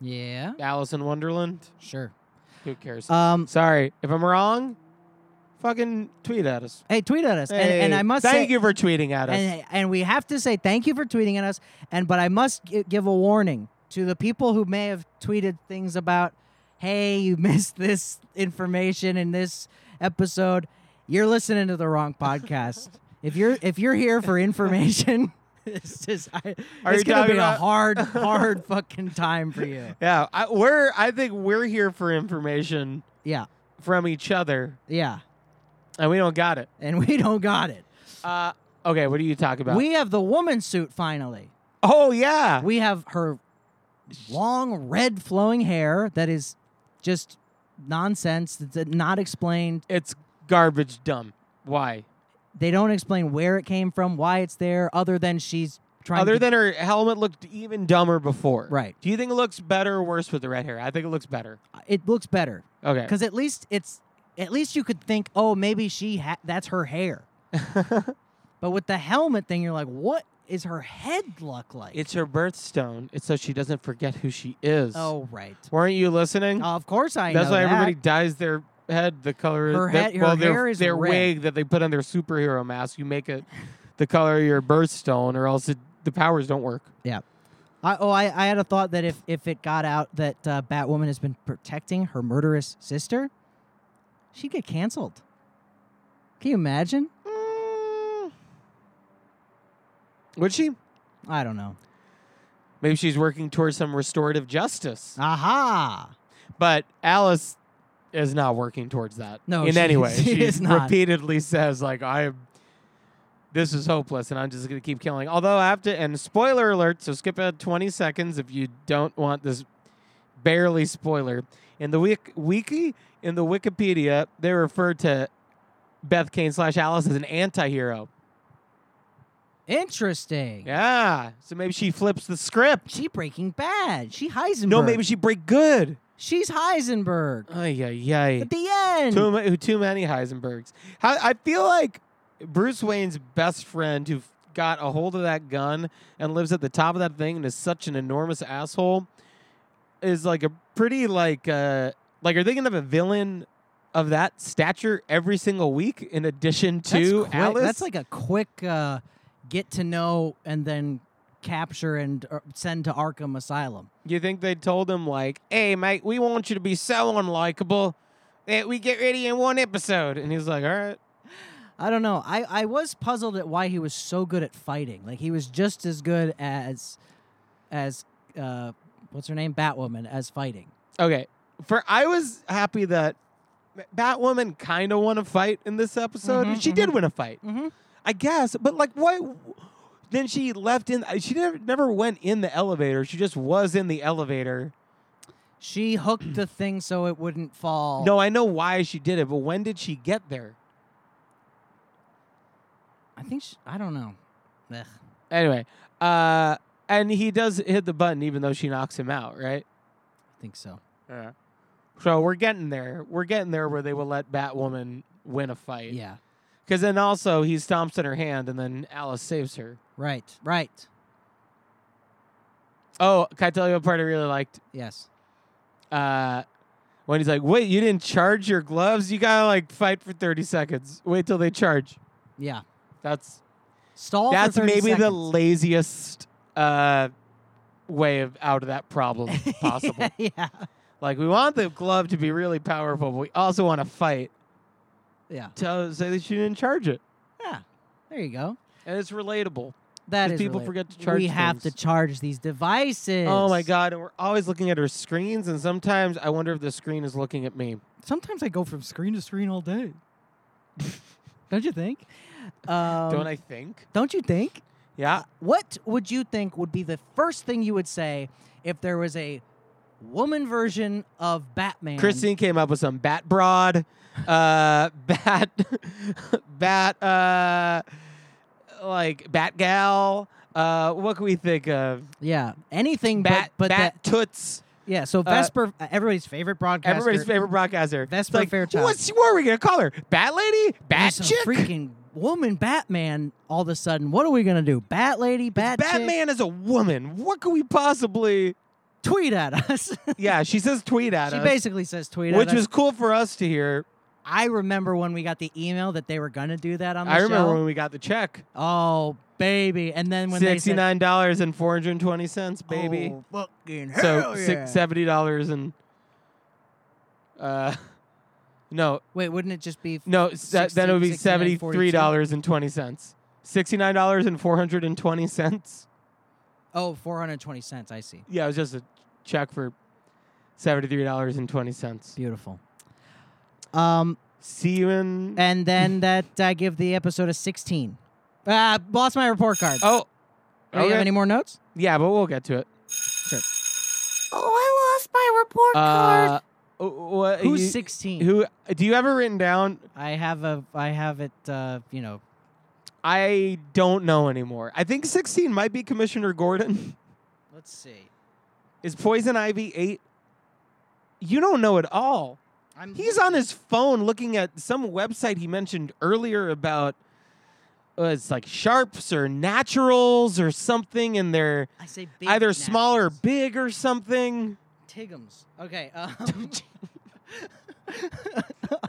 B: Yeah,
A: Alice in Wonderland.
B: sure.
A: Who cares?
B: Um,
A: Sorry if I'm wrong. Fucking tweet at us.
B: hey, tweet at us, and, and
A: Hey,
B: I must
A: thank
B: say,
A: you for tweeting at us.
B: and, and we have to say thank you for tweeting at us and but i must gi- give a warning to the people who may have tweeted things about hey you missed this information in this episode you're listening to the wrong podcast if you're if you're here for information this is I,
A: Are
B: it's
A: you
B: gonna be
A: talking
B: a
A: about-
B: hard hard fucking time for you
A: yeah, I, we're. I think we're here for information
B: yeah
A: from each other,
B: yeah
A: and we don't got it.
B: and we don't got it
A: Uh, okay, what do you talk about?
B: we have the woman suit finally
A: oh yeah,
B: We have her long red flowing hair that is just nonsense. That's not explained.
A: it's garbage dumb. Why?
B: They don't explain where it came from, why it's there, other than she's trying.
A: Other
B: to,
A: than her helmet looked even dumber before.
B: Right.
A: Do you think it looks better or worse with the red hair? I think it looks better.
B: it looks better
A: Okay.
B: because at least it's at least you could think, oh, maybe she ha- that's her hair. but with the helmet thing, you're like, what is her head look like?
A: It's her birthstone. It's so she doesn't forget who she is.
B: oh right.
A: Weren't you listening?
B: of course I
A: That's
B: know
A: why
B: that.
A: everybody dyes their head the color.
B: Her
A: that-
B: head- her
A: well, their,
B: hair is
A: their
B: red.
A: wig that they put on their superhero mask. You make it the color of your birthstone, or else it, the powers don't work.
B: Yeah. I, oh, I, I had a thought that if, if it got out that uh, Batwoman has been protecting her murderous sister, she'd get canceled. Can you imagine? Mm.
A: Would she?
B: I don't know.
A: Maybe she's working towards some restorative justice.
B: Aha!
A: But Alice is not working towards that.
B: No,
A: in
B: she-
A: any way,
B: she is not.
A: repeatedly says like I. am This is hopeless, and I'm just gonna keep killing. Although I have to, and spoiler alert, so skip ahead 20 seconds if you don't want this barely spoiler. In the wik- wiki, in the Wikipedia, they refer to Beth Kane slash Alice as an anti-hero.
B: Interesting.
A: Yeah, so maybe she flips the script.
B: She Breaking Bad. She Heisenberg.
A: No, maybe she break good.
B: she's Heisenberg.
A: Ay yeah, yeah.
B: At the end.
A: Too, ma- too many Heisenbergs. How, I feel like Bruce Wayne's best friend who f- got a hold of that gun and lives at the top of that thing and is such an enormous asshole is like a pretty like uh like are they gonna have a villain of that stature every single week in addition
B: That's
A: to
B: quick-
A: Alice?
B: That's like a quick uh, get to know and then capture and uh, send to Arkham Asylum.
A: you think they told him like, "Hey, mate, we want you to be so unlikable that we get rid of you in one episode," and he's like, "All right."
B: I don't know. I, I was puzzled at why he was so good at fighting. Like he was just as good as as uh what's her name? Batwoman as fighting.
A: Okay. For I was happy that Batwoman kind of won a fight in this episode.
B: Mhm,
A: she did win a fight,
B: Mhm.
A: I guess. But like, why? Then she left in. She never never went in the elevator. She just was in the elevator.
B: She hooked the thing so it wouldn't fall.
A: No, I know why she did it, but when did she get there?
B: I think she, I don't know. Ugh.
A: Anyway, uh, and he does hit the button even though she knocks him out, right?
B: I think so.
A: Yeah. So we're getting there. We're getting there where they will let Batwoman win a fight.
B: Yeah.
A: Because then also he stomps in her hand, and then Alice saves her.
B: Right. Right.
A: Oh, can I tell you a part I really liked?
B: Yes.
A: Uh, when he's like, "Wait, you didn't charge your gloves? You gotta like fight for thirty seconds. Wait till they charge."
B: Yeah.
A: That's
B: Stall. for
A: that's
B: 30
A: maybe the
B: seconds.
A: laziest uh, way of out of that problem possible.
B: yeah.
A: Like, we want the glove to be really powerful, but we also want to fight.
B: Yeah.
A: Tell say that you didn't charge it,
B: Yeah. There you go.
A: and it's relatable.
B: That
A: 'Cause
B: is
A: people
B: relatable.
A: forget to charge
B: We have to
A: things.
B: charge these devices.
A: Oh my god! And we're always looking at her screens, and sometimes I wonder if the screen is looking at me.
B: Sometimes I go from screen to screen all day. don't you think? Um,
A: Don't I think?
B: Don't you think?
A: Yeah.
B: What would you think would be the first thing you would say if there was a woman version of Batman?
A: Christine came up with some bat broad, uh, bat, bat, uh, like bat gal. Uh, what can we think of?
B: Yeah, anything
A: Bat,
B: but but
A: bat
B: that-
A: toots.
B: yeah. So Vesper, everybody's favorite broadcaster.
A: Everybody's favorite broadcaster. It's
B: Vesper
A: like,
B: Fairchild.
A: What's what are we gonna call her? Bat lady? Bat
B: There's a
A: chick?
B: freaking woman Batman. All of a sudden, what are we gonna do? Bat lady, Bat chick?
A: Batman is a woman. What could we possibly?
B: tweet at us.
A: yeah, she says tweet at
B: she
A: us,
B: basically says tweet
A: which
B: at
A: was
B: us.
A: cool for us to hear.
B: I remember when we got the email that they were going to do that on the
A: I remember
B: show.
A: when we got the check,
B: Oh, baby. And then when
A: sixty nine dollars and four hundred twenty cents,
B: they said,
A: baby.
B: Oh, fucking
A: so
B: hell yeah.
A: six, seventy dollars and uh, no,
B: Wait, wouldn't it just be
A: no, s- that then it would be
B: 16,
A: seventy
B: 69,
A: three dollars and twenty cents, sixty nine dollars and four hundred and twenty cents.
B: Oh, 420 cents. I see.
A: Yeah, it was just a check for seventy three dollars and twenty cents.
B: Beautiful. Um,
A: See you in.
B: and then that I give the episode a 16. Ah, lost my report card.
A: oh,
B: Do you have
A: okay.
B: any more notes?
A: yeah, but we'll get to it.
D: Oh, I lost my report card.
A: Uh, wh- what,
B: Who's
A: you-
B: 16?
A: Who do you have it written down?
B: I have a. I have it. Uh, you know.
A: I don't know anymore. I think 16 might be Commissioner Gordon.
B: Let's see.
A: Is Poison Ivy 8? You don't know at all.
B: I'm.
A: He's on his phone looking at some website he mentioned earlier about uh, it's like sharps or naturals or something, and they're
B: I say
A: either small or big or something.
B: Tiggums. Okay. Um,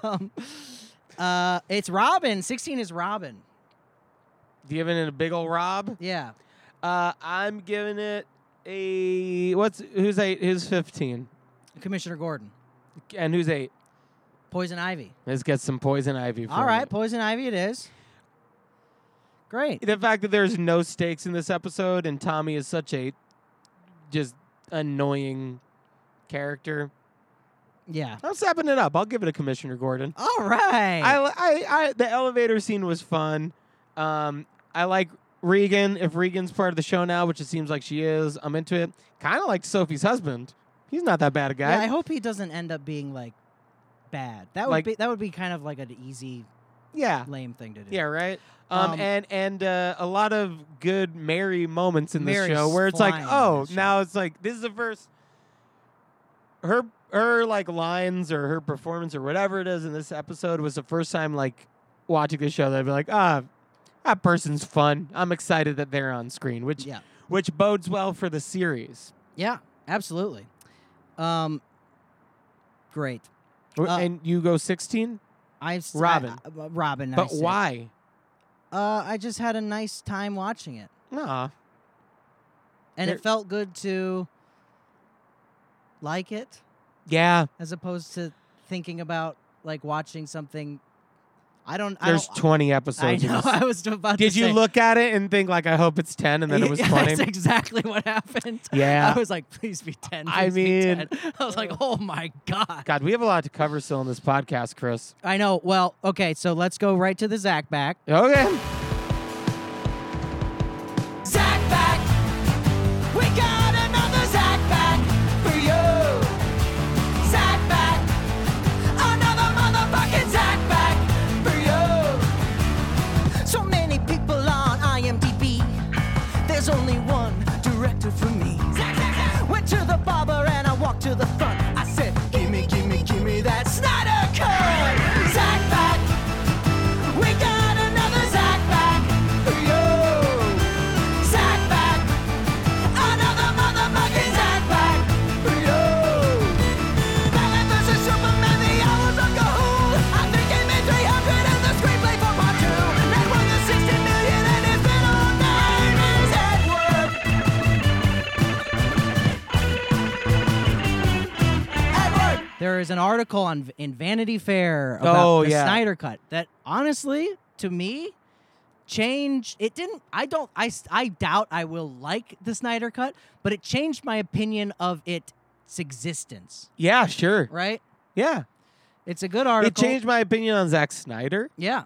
B: um, uh, it's Robin. 16 is Robin.
A: Do you have it in a big old Rob?
B: Yeah.
A: Uh, I'm giving it a what's who's eight? Who's 15?
B: Commissioner Gordon.
A: And who's eight?
B: Poison Ivy.
A: Let's get some poison ivy. For
B: All right.
A: me.
B: Poison Ivy it is. Great.
A: The fact that there's no stakes in this episode and Tommy is such a just annoying character.
B: Yeah.
A: I'm sapping it up. I'll give it a Commissioner Gordon.
B: All right.
A: I, I, I, the elevator scene was fun. Um, I like Regan. If Regan's part of the show now, which it seems like she is, I'm into it. Kind of like Sophie's husband. He's not that bad a guy.
B: Yeah, I hope he doesn't end up being like bad. That would
A: Like-
B: be that would be kind of like an easy
A: yeah.
B: lame thing to do.
A: Yeah, right. Um,
B: Um,
A: and and uh, a lot of good Mary moments in this
B: Mary's
A: show where it's
B: flying
A: like,
B: in
A: oh,
B: this show.
A: now it's like this is the first her her like lines or her performance or whatever it is in this episode was the first time like watching the show that I'd be like, ah, that person's fun. I'm excited that they're on screen, which
B: Yeah.
A: which bodes well for the series.
B: Yeah, absolutely. Um great.
A: W-
B: Uh,
A: and you go 16,
B: I s- I-
A: Robin.
B: I- uh, Robin. I
A: but
B: say.
A: why?
B: Uh, I just had a nice time watching it,
A: Nah,
B: and
A: There-
B: it felt good to like it
A: yeah.
B: as opposed to thinking about like watching something. I don't.
A: There's
B: I don't,
A: 20 episodes.
B: I
A: of
B: know.
A: this.
B: I was about.
A: Did
B: to
A: you
B: say-
A: look at it and think like I hope it's ten and then it was
B: Yeah,
A: twenty?
B: That's exactly what happened.
A: Yeah.
B: I was like, please be 10.
A: I
B: please be
A: mean- uh,
B: 10. I was like, oh my God.
A: God, we have a lot to cover still in this podcast, Chris.
B: I know. Well, okay, so let's go right to the Zach back.
A: Okay.
D: Zach back. We got another Zach back for you. Zach back. Another motherfucking Zach back for you. So many people on IMDb. There's only one director for me. Went to the barber and I walked to the front. I said, Gimme, gimme, gimme that Snyder cut. Zach back. We got another Zach back for you. Zach back. Another motherfucking Zach back. Batman versus Superman, the hours of Cahoon. I think he made 300 and the screenplay for part two. It won the 60 million and it's been all nine years at work. At work.
B: There is an article on in Vanity Fair about
A: Oh,
B: the
A: yeah.
B: Snyder Cut that honestly, to me, changed. It didn't. I don't. I, s- I doubt I will like the Snyder Cut, but it changed my opinion of its existence,
A: Yeah, sure.
B: right?
A: Yeah.
B: It's a good article.
A: It changed my opinion on Zack Snyder.
B: Yeah.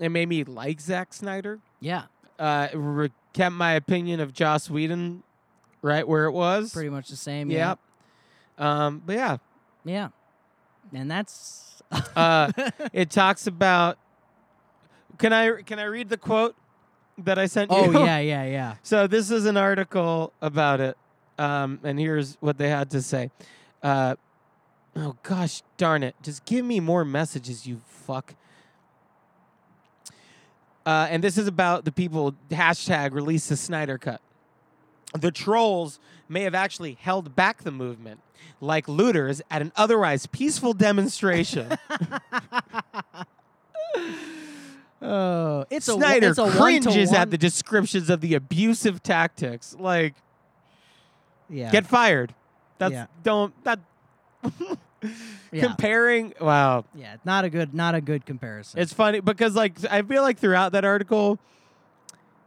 A: It made me like Zack Snyder.
B: Yeah.
A: Uh, it re- kept my opinion of Joss Whedon right where it was.
B: Pretty much the same. Yeah.
A: Yep. Um, but yeah,
B: Yeah. And that's
A: uh, it talks about. Can I can I read the quote that I sent
B: Oh
A: you?
B: yeah, yeah, yeah.
A: So this is an article about it, um, and here's what they had to say. Uh, oh gosh, darn it! Just give me more messages, you fuck. Uh, and this is about the people hashtag release the Snyder cut. the trolls may have actually held back the movement, like looters at an otherwise peaceful demonstration.
B: Oh, it's a
A: Snyder
B: it's a
A: cringes
B: one-to-one-
A: at the descriptions of the abusive tactics. Like,
B: yeah.
A: get fired. That's
B: Yeah.
A: don't that
B: yeah.
A: comparing. Wow,
B: yeah, not a good not a good comparison.
A: it's funny because like I feel like throughout that article,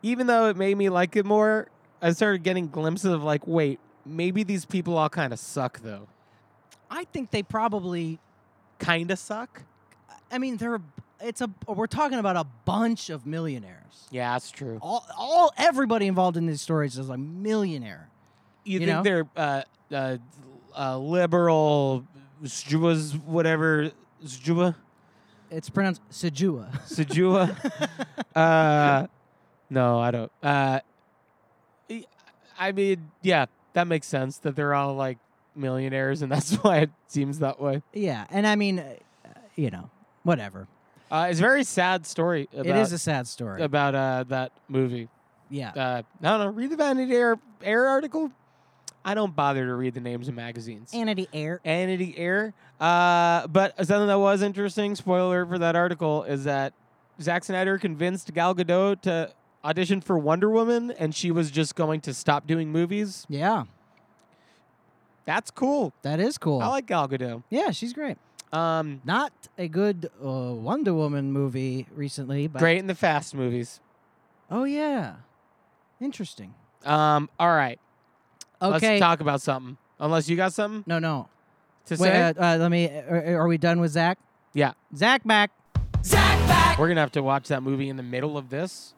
A: even though it made me like it more, I started getting glimpses of like, wait, maybe these people all kind of suck though.
B: I think they probably
A: Kind of suck.
B: I mean they're it's a we're talking about a bunch of millionaires.
A: Yeah, that's true.
B: All all everybody involved in these stories is a millionaire.
A: You,
B: You
A: think
B: know?
A: they're uh, uh, uh, liberal, Zjuba's whatever, Zjuba?
B: It's pronounced Sejua.
A: Sejua. uh, no, I don't. Uh, y- I mean, yeah, that makes sense that they're all like millionaires, and that's why it seems that way.
B: yeah, and I mean, uh, you know, whatever.
A: Uh, it's a very sad story. About,
B: it is a sad story.
A: about uh, that movie.
B: yeah.
A: Uh, I don't know. Read the Vanity Air, Air article. I don't bother to read the names of magazines.
B: Anity Air.
A: Vanity Air. Uh, but something that was interesting, spoiler for that article, is that Zack Snyder convinced Gal Gadot to audition for Wonder Woman, and she was just going to stop doing movies.
B: Yeah,
A: That's cool.
B: that is cool.
A: I like Gal Gadot.
B: yeah, she's great.
A: Um,
B: Not a good uh, Wonder Woman movie recently, but
A: great in the Fast movies.
B: Oh yeah, interesting.
A: Um, all right,
B: Okay.
A: let's talk about something. Unless you got something
B: no, no.
A: to
B: Wait,
A: say,
B: uh, uh, let me. Are, are we done with Zach?
A: Yeah.
B: Zach back.
D: Zach back.
A: we're gonna have to watch that movie in the middle of this.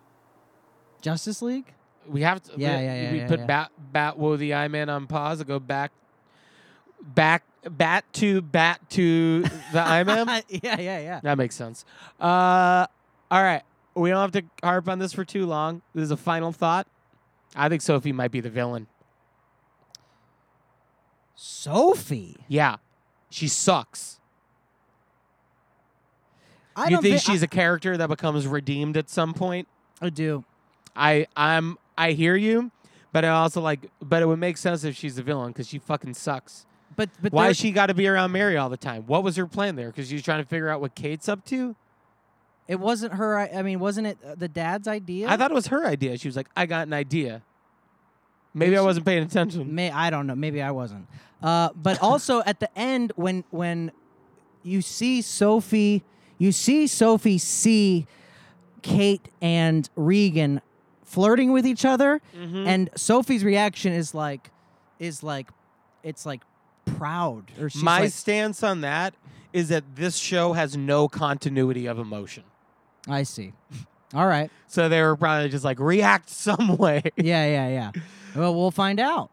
B: Justice League.
A: We have to.
B: Yeah,
A: we,
B: yeah, yeah,
A: We
B: yeah,
A: put
B: yeah.
A: Bat Bat Woe the Eye Man on pause. and go back, back, bat to bat to the Eye Man.
B: yeah, yeah, yeah.
A: That makes sense. Uh, all right, we don't have to harp on this for too long. This is a final thought. I think Sophie might be the villain.
B: Sophie.
A: Yeah, she sucks.
B: I
A: you
B: don't
A: think
B: thi-
A: she's a character that becomes redeemed at some point?
B: I, I do.
A: I I'm I hear you, but I also like. But it would make sense if she's a villain because she fucking sucks.
B: But but
A: Why
B: there-
A: has she got to be around Mary all the time? What was her plan there? Because she's trying to figure out what Kate's up to.
B: It wasn't her. I, I mean, wasn't it uh, the dad's idea?
A: I thought it was her idea. She was like, "I got an idea." Maybe I wasn't paying attention.
B: May I don't know. Maybe I wasn't. Uh, but also at the end, when when you see Sophie, you see Sophie see Kate and Regan flirting with each other, Mm-hmm.
A: Mm-hmm.
B: and Sophie's reaction is like, is like, it's like proud or she's
A: My
B: like,
A: stance on that is that this show has no continuity of emotion.
B: I see. All right.
A: So they were probably just like react some way,
B: Yeah, yeah, yeah. Well, we'll find out.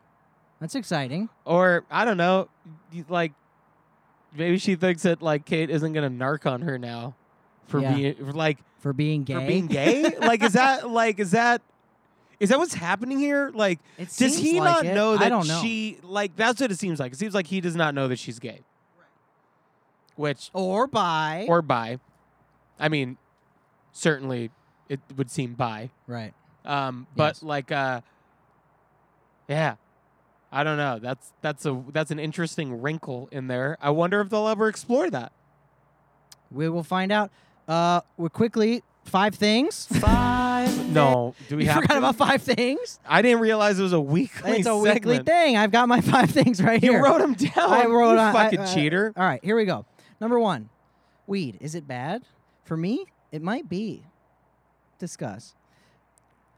B: That's exciting.
A: or I don't know, you- like maybe she thinks that like Kate isn't gonna narc on her now for
B: Yeah.
A: being for, like
B: For being gay.
A: for being gay? like is that like is that is that what's happening here? Like
B: It
A: does
B: seems
A: he
B: like
A: not
B: it.
A: know
B: I
A: that
B: don't know.
A: she like that's what it seems like. It seems like he does not know that she's gay. Which
B: or by
A: or bi. I mean, certainly it would seem bi.
B: right.
A: Um but
B: Yes.
A: like uh yeah. I don't know. That's that's a that's an interesting wrinkle in there. I wonder if they'll ever explore that.
B: We will find out. Uh, we quickly five things.
A: Five. No, do we
B: You
A: have?
B: forgot
A: to?
B: about five things.
A: I didn't realize it was a weekly.
B: it's a weekly
A: segment.
B: thing. I've got my five things right
A: You
B: here.
A: wrote them down.
B: I wrote.
A: you
B: I-
A: fucking
B: I- I-
A: cheater.
B: All right, here we go. Number one, weed. Is it bad? For me, it might be. Discuss.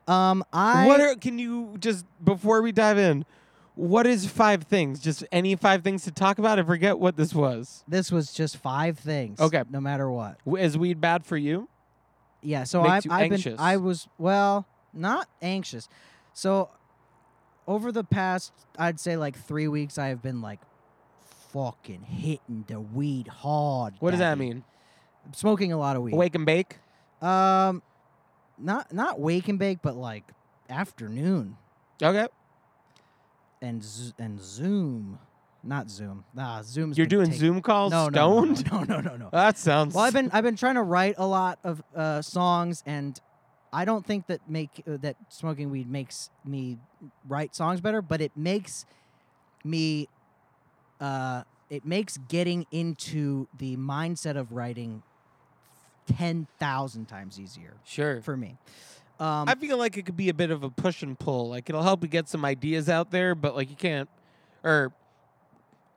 B: Um, I
A: what are, can you just before we dive in? What is five things? Just any five things to talk about. I forget what this was.
B: this was just five things.
A: Okay.
B: No matter what.
A: W- Is weed bad for you?
B: Yeah, so
A: Makes
B: I've,
A: you
B: I've been
A: anxious.
B: I was well, not anxious. So over the past I'd say like 3 weeks I have been like fucking hitting the weed hard.
A: What does that
B: daddy.
A: mean?
B: I'm smoking a lot of weed.
A: Wake and bake.
B: Um not not wake and bake but like afternoon
A: Okay,
B: and z- and Zoom. Not Zoom. Nah, Zoom's
A: you're
B: been
A: doing
B: taken-
A: Zoom calls
B: no, no,
A: stoned.
B: No, no, no, no. no, no.
A: That sounds.
B: Well, I've been I've been trying to write a lot of uh, songs and I don't think that make uh, that smoking weed makes me write songs better, but it makes me uh, it makes getting into the mindset of writing ten thousand times easier
A: Sure.
B: for me. Um,
A: I feel like it could be a bit of a push and pull. Like it'll help you get some ideas out there, but like you can't, or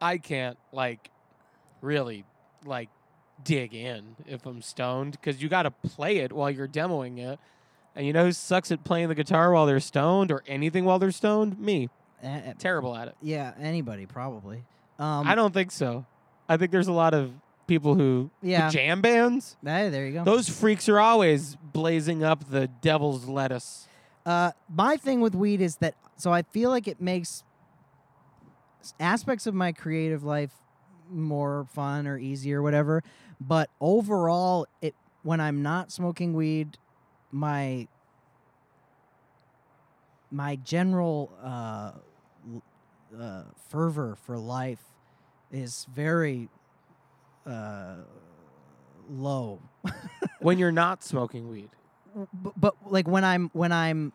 A: I can't like really like dig in if I'm stoned because you got to play it while you're demoing it. And you know who sucks at playing the guitar while they're stoned or anything while they're stoned? Me.
B: a- a-
A: Terrible at it.
B: yeah, anybody probably. Um,
A: I don't think so. I think there's a lot of people who who
B: Yeah. Um,
A: jam bands.
B: Hey, there you go.
A: Those freaks are always blazing up the devil's lettuce.
B: Uh, my thing with weed is that so I feel like it makes s- aspects of my creative life more fun or easy or whatever. But overall, it when I'm not smoking weed, my my general uh, l- uh, fervor for life is very uh, low
A: when you're not smoking weed.
B: but, but like when I'm when I'm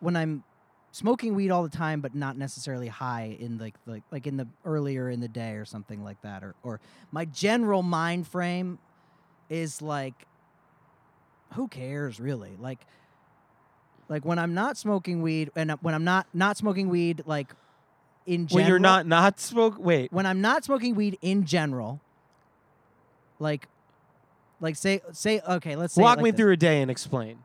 B: when I'm smoking weed all the time, but not necessarily high in like like like in the earlier in the day or something like that, or or my general mind frame is like, who cares really? Like, like when I'm not smoking weed and uh, when I'm not not smoking weed, like in general,
A: when you're not not smoke wait
B: when I'm not smoking weed in general, like. Like say say okay, let's say it
A: walk
B: like
A: me
B: this.
A: through a day and explain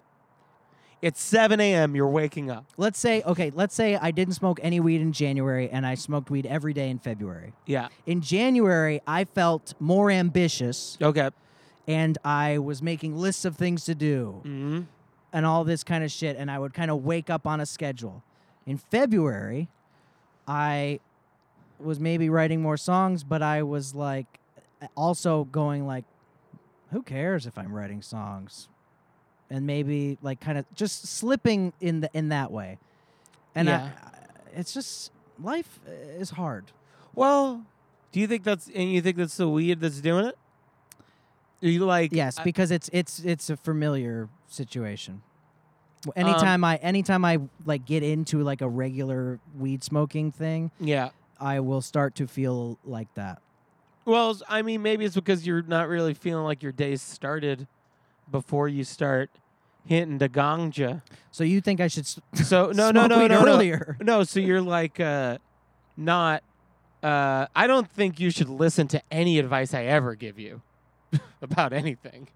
A: it's 7 a.m you're waking up
B: Let's say okay, let's say I didn't smoke any weed in January and I smoked weed every day in February.
A: yeah
B: In January, I felt more ambitious
A: okay
B: and I was making lists of things to do
A: mm-hmm.
B: and all this kind of shit and I would kind of wake up on a schedule. In February, I was maybe writing more songs, but I was like also going like who cares if I'm writing songs? And maybe like kind of just slipping in the in that way. And
A: Yeah.
B: I, it's just life is hard.
A: well do you think that's and you think that's the weed that's doing it are you like
B: Yes,
A: I-
B: because it's it's it's a familiar situation. W-
A: Um,
B: Anytime I anytime I like get into like a regular weed smoking thing,
A: yeah
B: I will start to feel like that.
A: well s- i mean maybe it's because you're not really feeling like your day started before you start hitting the ganja
B: So you think I should s-
A: so no no
B: smoke
A: no
B: weed
A: no, no.
B: earlier?
A: No, so you're like uh not uh I don't think you should listen to any advice I ever give you about anything.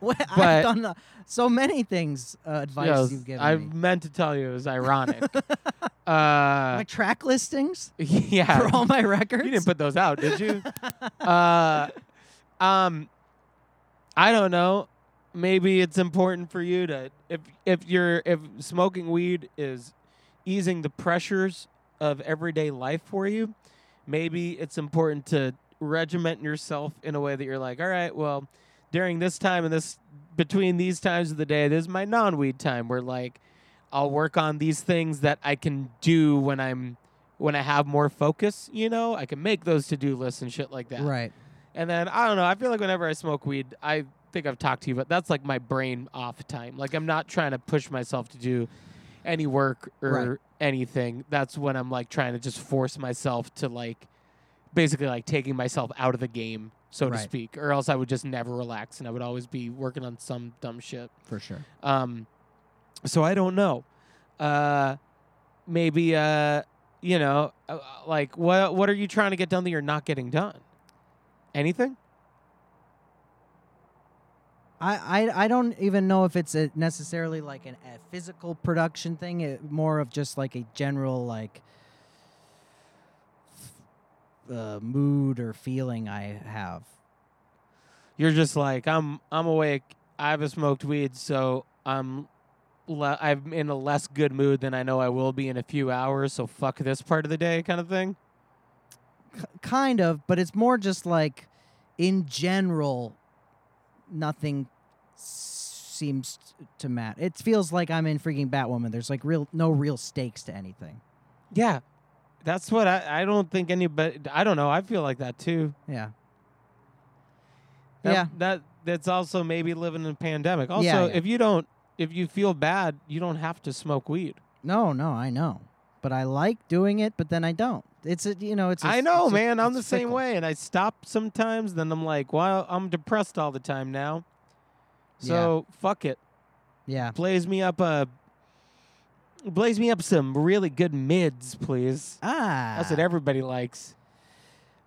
B: Well,
A: But-
B: I've done uh, so many things. Uh, advice
A: Yes,
B: you've given
A: I
B: me.
A: meant to tell you it was ironic.
B: my
A: uh
B: track listings
A: yeah.
B: for all my records.
A: You didn't put those out, did you? uh, um, I don't know. Maybe it's important for you to if if you're if smoking weed is easing the pressures of everyday life for you. Maybe it's important to regiment yourself in a way that you're like, all right, well, during this time and this between these times of the day, this is my non-weed time. Where like I'll work on these things that I can do when I'm when I have more focus, you know, I can make those to do lists and shit like that.
B: right.
A: And then I don't know, I feel like whenever I smoke weed, I think I've talked to you, but that's like my brain off time. Like I'm not trying to push myself to do any work or
B: Right.
A: anything. That's when I'm like trying to just force myself to like basically like taking myself out of the game, so to
B: Right.
A: speak, or else I would just never relax and I would always be working on some dumb shit.
B: For sure.
A: Um, so I don't know. Uh, maybe uh, you know, uh, like what what are you trying to get done that you're not getting done? Anything?
B: I, I I don't even know if it's a necessarily like an, a physical production thing. It, more of just like a general like uh, mood or feeling I have.
A: You're just like I'm. I'm awake. I haven't smoked weed, so I'm. Le- I'm in a less good mood than I know I will be in a few hours. So fuck this part of the day, kind of thing.
B: Kind of, but it's more just like in general, nothing seems to matter. It feels like I'm in freaking Batwoman. There's like real no real stakes to anything.
A: Yeah, that's what I. I don't think anybody. I don't know. I feel like that too.
B: Yeah.
A: That-
B: yeah.
A: That that's also maybe living in a pandemic. Also,
B: Yeah, yeah.
A: if you don't if you feel bad, you don't have to smoke weed.
B: No, no, I know, but I like doing it, but then I don't. It's a, you know, it's. I
A: I know, man. I'm the same way, and I stop sometimes. Then I'm like, well, I'm depressed all the time now.
B: Yeah.
A: So fuck it.
B: Yeah,
A: Blaze me up a. Blaze me up some really good mids, please.
B: ah,
A: That's what everybody likes.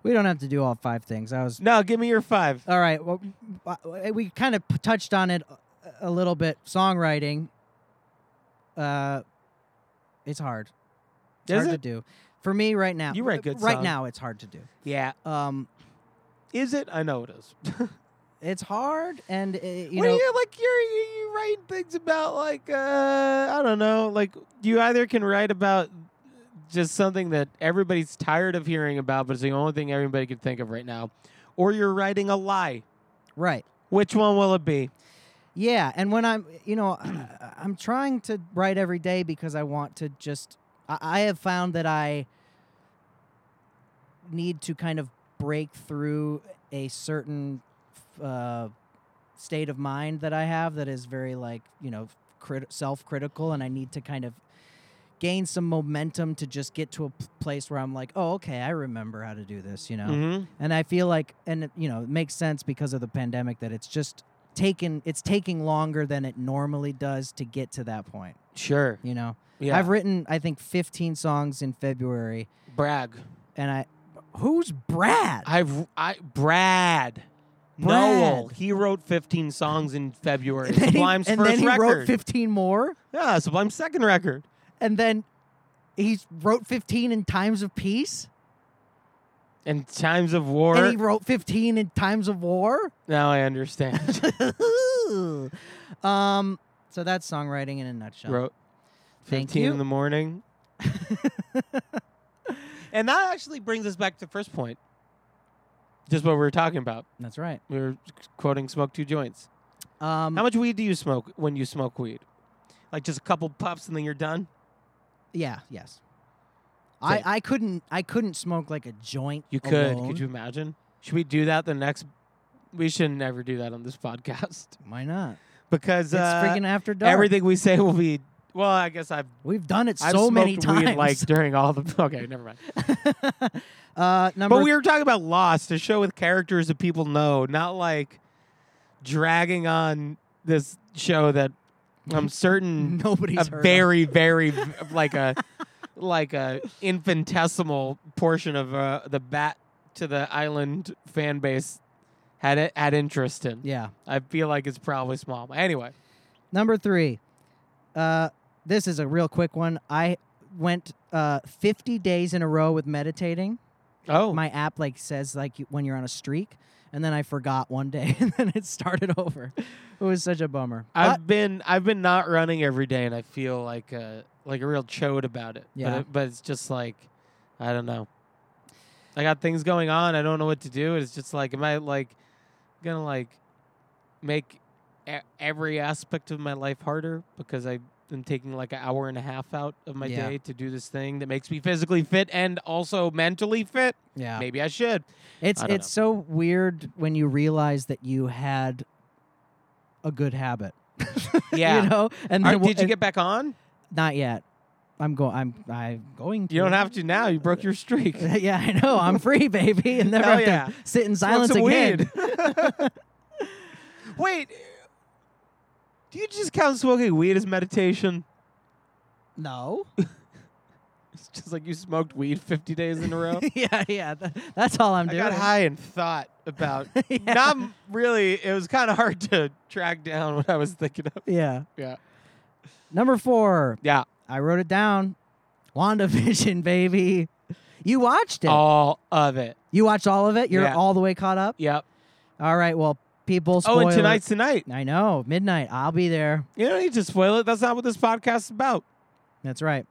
B: we don't have to do all five things. I was
A: No, give me your five.
B: All right. Well, w- we kind of touched on it uh, a- a little bit. Songwriting. Uh, it's hard. It's
A: Is
B: hard to
A: it?
B: do. For me, right now. uh,
A: You write good
B: Right
A: songs.
B: now, it's hard to do.
A: Yeah.
B: Um,
A: Is it? I know it is.
B: it's hard, and uh, you
A: Well,
B: know,
A: you're like you're you, you write things about like uh I don't know, like you either can write about just something that everybody's tired of hearing about, but it's the only thing everybody can think of right now, or you're writing a lie.
B: right.
A: Which one will it be?
B: Yeah, and when I'm, you know, I, I'm trying to write every day because I want to just. I, I have found that I need to kind of break through a certain uh, state of mind that I have that is very like you know crit- self-critical, and I need to kind of gain some momentum to just get to a p- place where I'm like, oh, okay, I remember how to do this, you know.
A: Mm-hmm.
B: And I feel like, and you know, it makes sense because of the pandemic that it's just taken, it's taking longer than it normally does to get to that point.
A: Sure.
B: You know,
A: Yeah.
B: I've written, I think, 15 songs in February,
A: brag.
B: and I, who's Brad?
A: I've I Brad. Noel. He wrote 15 songs in February.
B: and then, he,
A: Sublime's
B: and
A: first
B: then he
A: record.
B: wrote 15 more,
A: yeah, Sublime's second record.
B: and then he wrote 15 in Times of Peace,
A: And Times of War.
B: and he wrote 15 in Times of War.
A: now I understand.
B: um, so that's songwriting in a nutshell.
A: wrote
B: Thank
A: 15
B: you.
A: in the morning. and that actually brings us back to the first point. Just what we were talking about.
B: That's right.
A: We were quoting smoke two joints.
B: Um,
A: How much weed do you smoke when you smoke weed? Like just a couple puffs and then you're done?
B: Yeah. Yes.
A: Same.
B: I, I couldn't I couldn't smoke like a joint.
A: You could.
B: alone.
A: Could you imagine? Should we do that the next we should never do that on this podcast.
B: Why not?
A: Because
B: It's
A: uh,
B: freaking after dark.
A: everything we say will be well, I guess I've
B: We've done it
A: I've
B: so many
A: smoked
B: times.
A: weed like during all the okay, never mind.
B: uh, number.
A: But we were talking about Lost, a show with characters that people know, not like dragging on this show that I'm certain
B: nobody's
A: a
B: heard. of.
A: very, very v- like a like a infinitesimal portion of uh, the bat to the island fan base had it had interest in.
B: Yeah.
A: I feel like it's probably small. But anyway,
B: Number three. Uh, this is a real quick one. I went uh 50 days in a row with meditating.
A: oh,
B: My app like says like you- when you're on a streak, and then I forgot one day, and then it started over. It was such a bummer.
A: I've
B: But
A: been I've been not running every day, and I feel like a like a real chode about it.
B: Yeah.
A: But, it, but it's just like I don't know. I got things going on. I don't know what to do. It's just like am I like gonna like make e- every aspect of my life harder because I am taking like an hour and a half out of my
B: Yeah.
A: day to do this thing that makes me physically fit and also mentally fit.
B: yeah.
A: Maybe I should.
B: It's
A: I
B: it's
A: don't
B: so weird when you realize that you had a good habit.
A: Yeah.
B: you know, and
A: Are-
B: then
A: did you get back on?
B: not yet? I'm going. I'm I'm going. To.
A: You don't have to now. You broke your streak.
B: yeah, I know. I'm free, baby, and never
A: Hell
B: have
A: yeah.
B: to sit in
A: Smoke
B: silence
A: some
B: again.
A: weed. Wait, do you just count smoking weed as meditation?
B: No.
A: It's just like you smoked weed 50 days in a row.
B: yeah, yeah. tha- that's all I'm
A: I
B: doing.
A: got high and thought about.
B: Yeah.
A: Not really. It was kind of hard to track down what I was thinking of.
B: yeah.
A: Yeah.
B: Number four.
A: Yeah.
B: I wrote it down. WandaVision, baby. You watched it.
A: All of it.
B: You watched all of it. You're
A: Yeah.
B: all the way caught up.
A: Yep.
B: All right. Well, people.
A: Oh, and
B: spoiler-
A: tonight's tonight.
B: I know. Midnight. I'll be there.
A: You don't need to spoil it. That's not what this podcast is about.
B: That's right.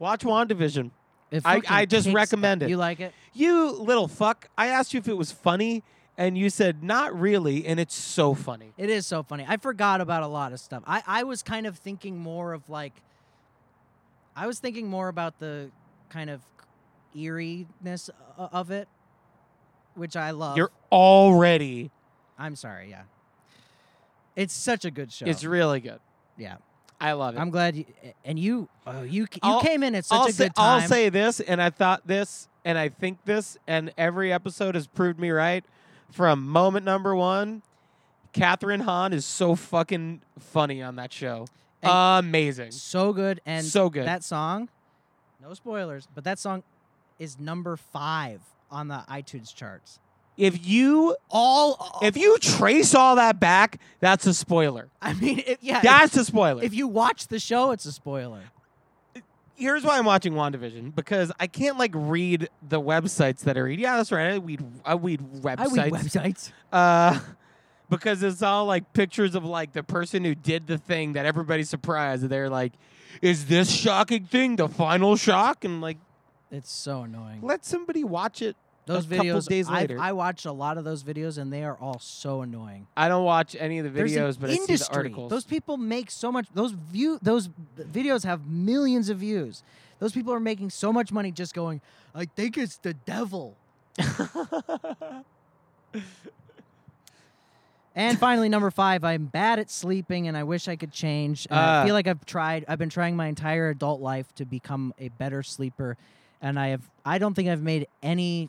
A: Watch WandaVision.
B: It
A: I-
B: fucking
A: I just
B: kicks
A: recommend
B: butt.
A: it.
B: You like it?
A: You little fuck. I asked you if it was funny, and you said, not really, and it's so funny.
B: It is so funny. I forgot about a lot of stuff. I, I was kind of thinking more of like, I was thinking more about the kind of eeriness o- of it, which I love.
A: You're already
B: I'm sorry. Yeah. It's such a good show.
A: It's really good.
B: yeah.
A: I love it.
B: I'm glad. You, and you, oh, you, c- you
A: I'll-
B: came in at such
A: I'll
B: a good
A: say,
B: time.
A: I'll say this, and I thought this, and I think this, and every episode has proved me right. From moment number one, Catherine Hahn is so fucking funny on that show. Amazing.
B: so good and
A: So good.
B: That song, no spoilers, but that song is number five on the iTunes charts.
A: If you
B: All,
A: if you trace all that back, that's a spoiler.
B: I mean, if, yeah. if-
A: That's a spoiler.
B: if you watch the show, it's a spoiler.
A: Here's why I'm watching WandaVision because I can't like read the websites that I read. Yeah, that's right. I read I read
B: I
A: websites.
B: read websites.
A: uh, because it's all like pictures of like the person who did the thing that everybody's surprised. They're like, "Is this shocking thing the final shock?" And like,
B: It's so annoying.
A: let somebody watch it.
B: Those
A: couple
B: videos.
A: days
B: I've-
A: later.
B: I watch a lot of those videos, and they are all so annoying.
A: I don't watch any of the
B: There's an
A: videos, but I see the
B: industry.
A: articles.
B: Those people make so much. Those view. Those videos have millions of views. Those people are making so much money just going. I think it's the devil. And finally, number five, I'm bad at sleeping and I wish I could change. And I
A: Uh.
B: feel like I've tried, I've been trying my entire adult life to become a better sleeper. And I have, I don't think I've made any,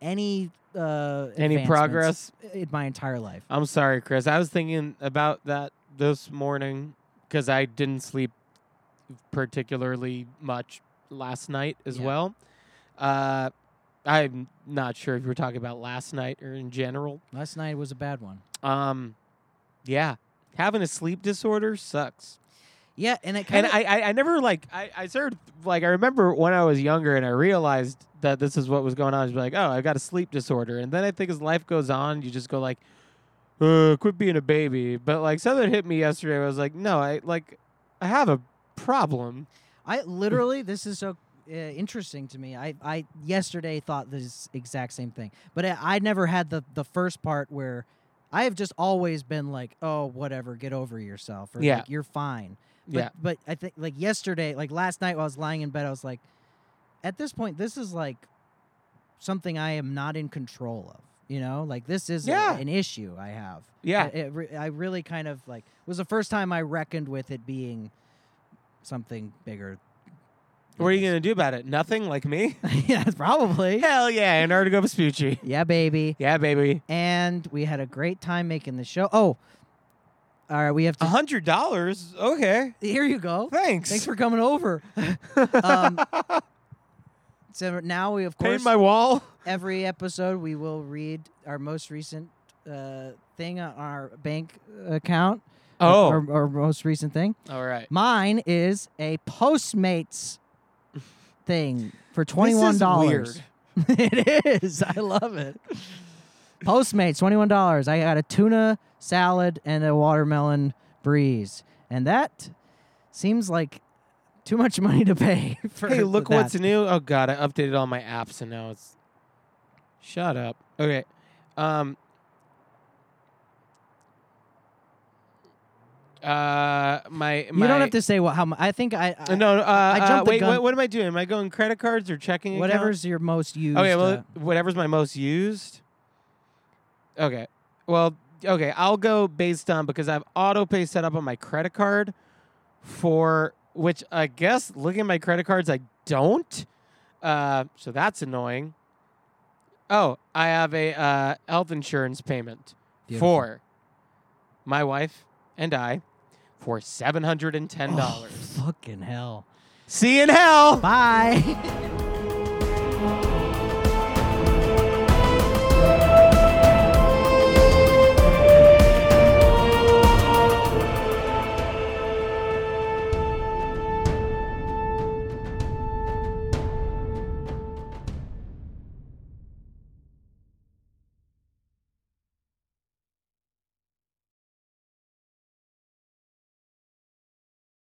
B: any, uh,
A: any
B: advancements
A: progress?
B: in my entire life.
A: I'm sorry, Chris. I was thinking about that this morning because I didn't sleep particularly much last night as
B: Yeah.
A: well. Uh, I'm not sure if you were talking about last night or in general.
B: Last night was a bad one.
A: Um, yeah, having a sleep disorder sucks.
B: Yeah. And it kind
A: and I, I, I never like, I, I started like, I remember when I was younger and I realized that this is what was going on. I was like, oh, I got a sleep disorder. And then I think as life goes on, you just go like, uh, quit being a baby. But like something hit me yesterday. where I was like, no, I like, I have a problem.
B: I literally, this is so uh, interesting to me. I, I yesterday thought this exact same thing, but I, I never had the the first part where I have just always been like, oh, whatever, get over yourself, or
A: Yeah.
B: like, you're fine. But,
A: Yeah.
B: But I think like yesterday, like last night, while I was lying in bed, I was like, at this point, this is like something I am not in control of. You know, like this is a-
A: Yeah.
B: an issue I have.
A: Yeah.
B: I- it re- I really kind of like was the first time I reckoned with it being something bigger.
A: What are you going to do about it? Nothing like me?
B: gonna? yeah, probably.
A: Hell yeah. Antarctica Vespucci.
B: Yeah, baby.
A: Yeah, baby.
B: And we had a great time making the show. Oh, all right. We have
A: A
B: to.
A: hundred dollars. Okay.
B: Here you go.
A: Thanks.
B: Thanks for coming over. um, so now we of
A: Paint
B: course
A: my wall.
B: every episode we will read our most recent uh, thing on our bank account. or-
A: Oh.
B: or, or most recent thing.
A: All right.
B: Mine is a Postmates thing for twenty one dollars. it is. I love it. Postmates, twenty one dollars. I got a tuna salad and a watermelon breeze, and that seems like too much money to pay. For
A: Hey, look
B: that.
A: what's new. Oh god, I updated all my apps and now it's Shut up. Okay. Um Uh, my, my
B: You don't have to say what how much. I think I,
A: Uh,
B: I
A: No, uh,
B: I
A: uh,
B: jumped the
A: wait.
B: gun.
A: What, what am I doing? Am I going credit cards or checking? account?
B: whatever's your most used.
A: Okay,
B: uh,
A: well, whatever's my most used. Okay. Well, okay, I'll go based on because I have auto pay set up on my credit card for which I guess looking at my credit cards I don't. Uh, so that's annoying. Oh, I have a uh, health insurance payment
B: Beautiful.
A: for my wife and I for $710.
B: oh, fucking hell.
A: See you in hell.
B: Bye.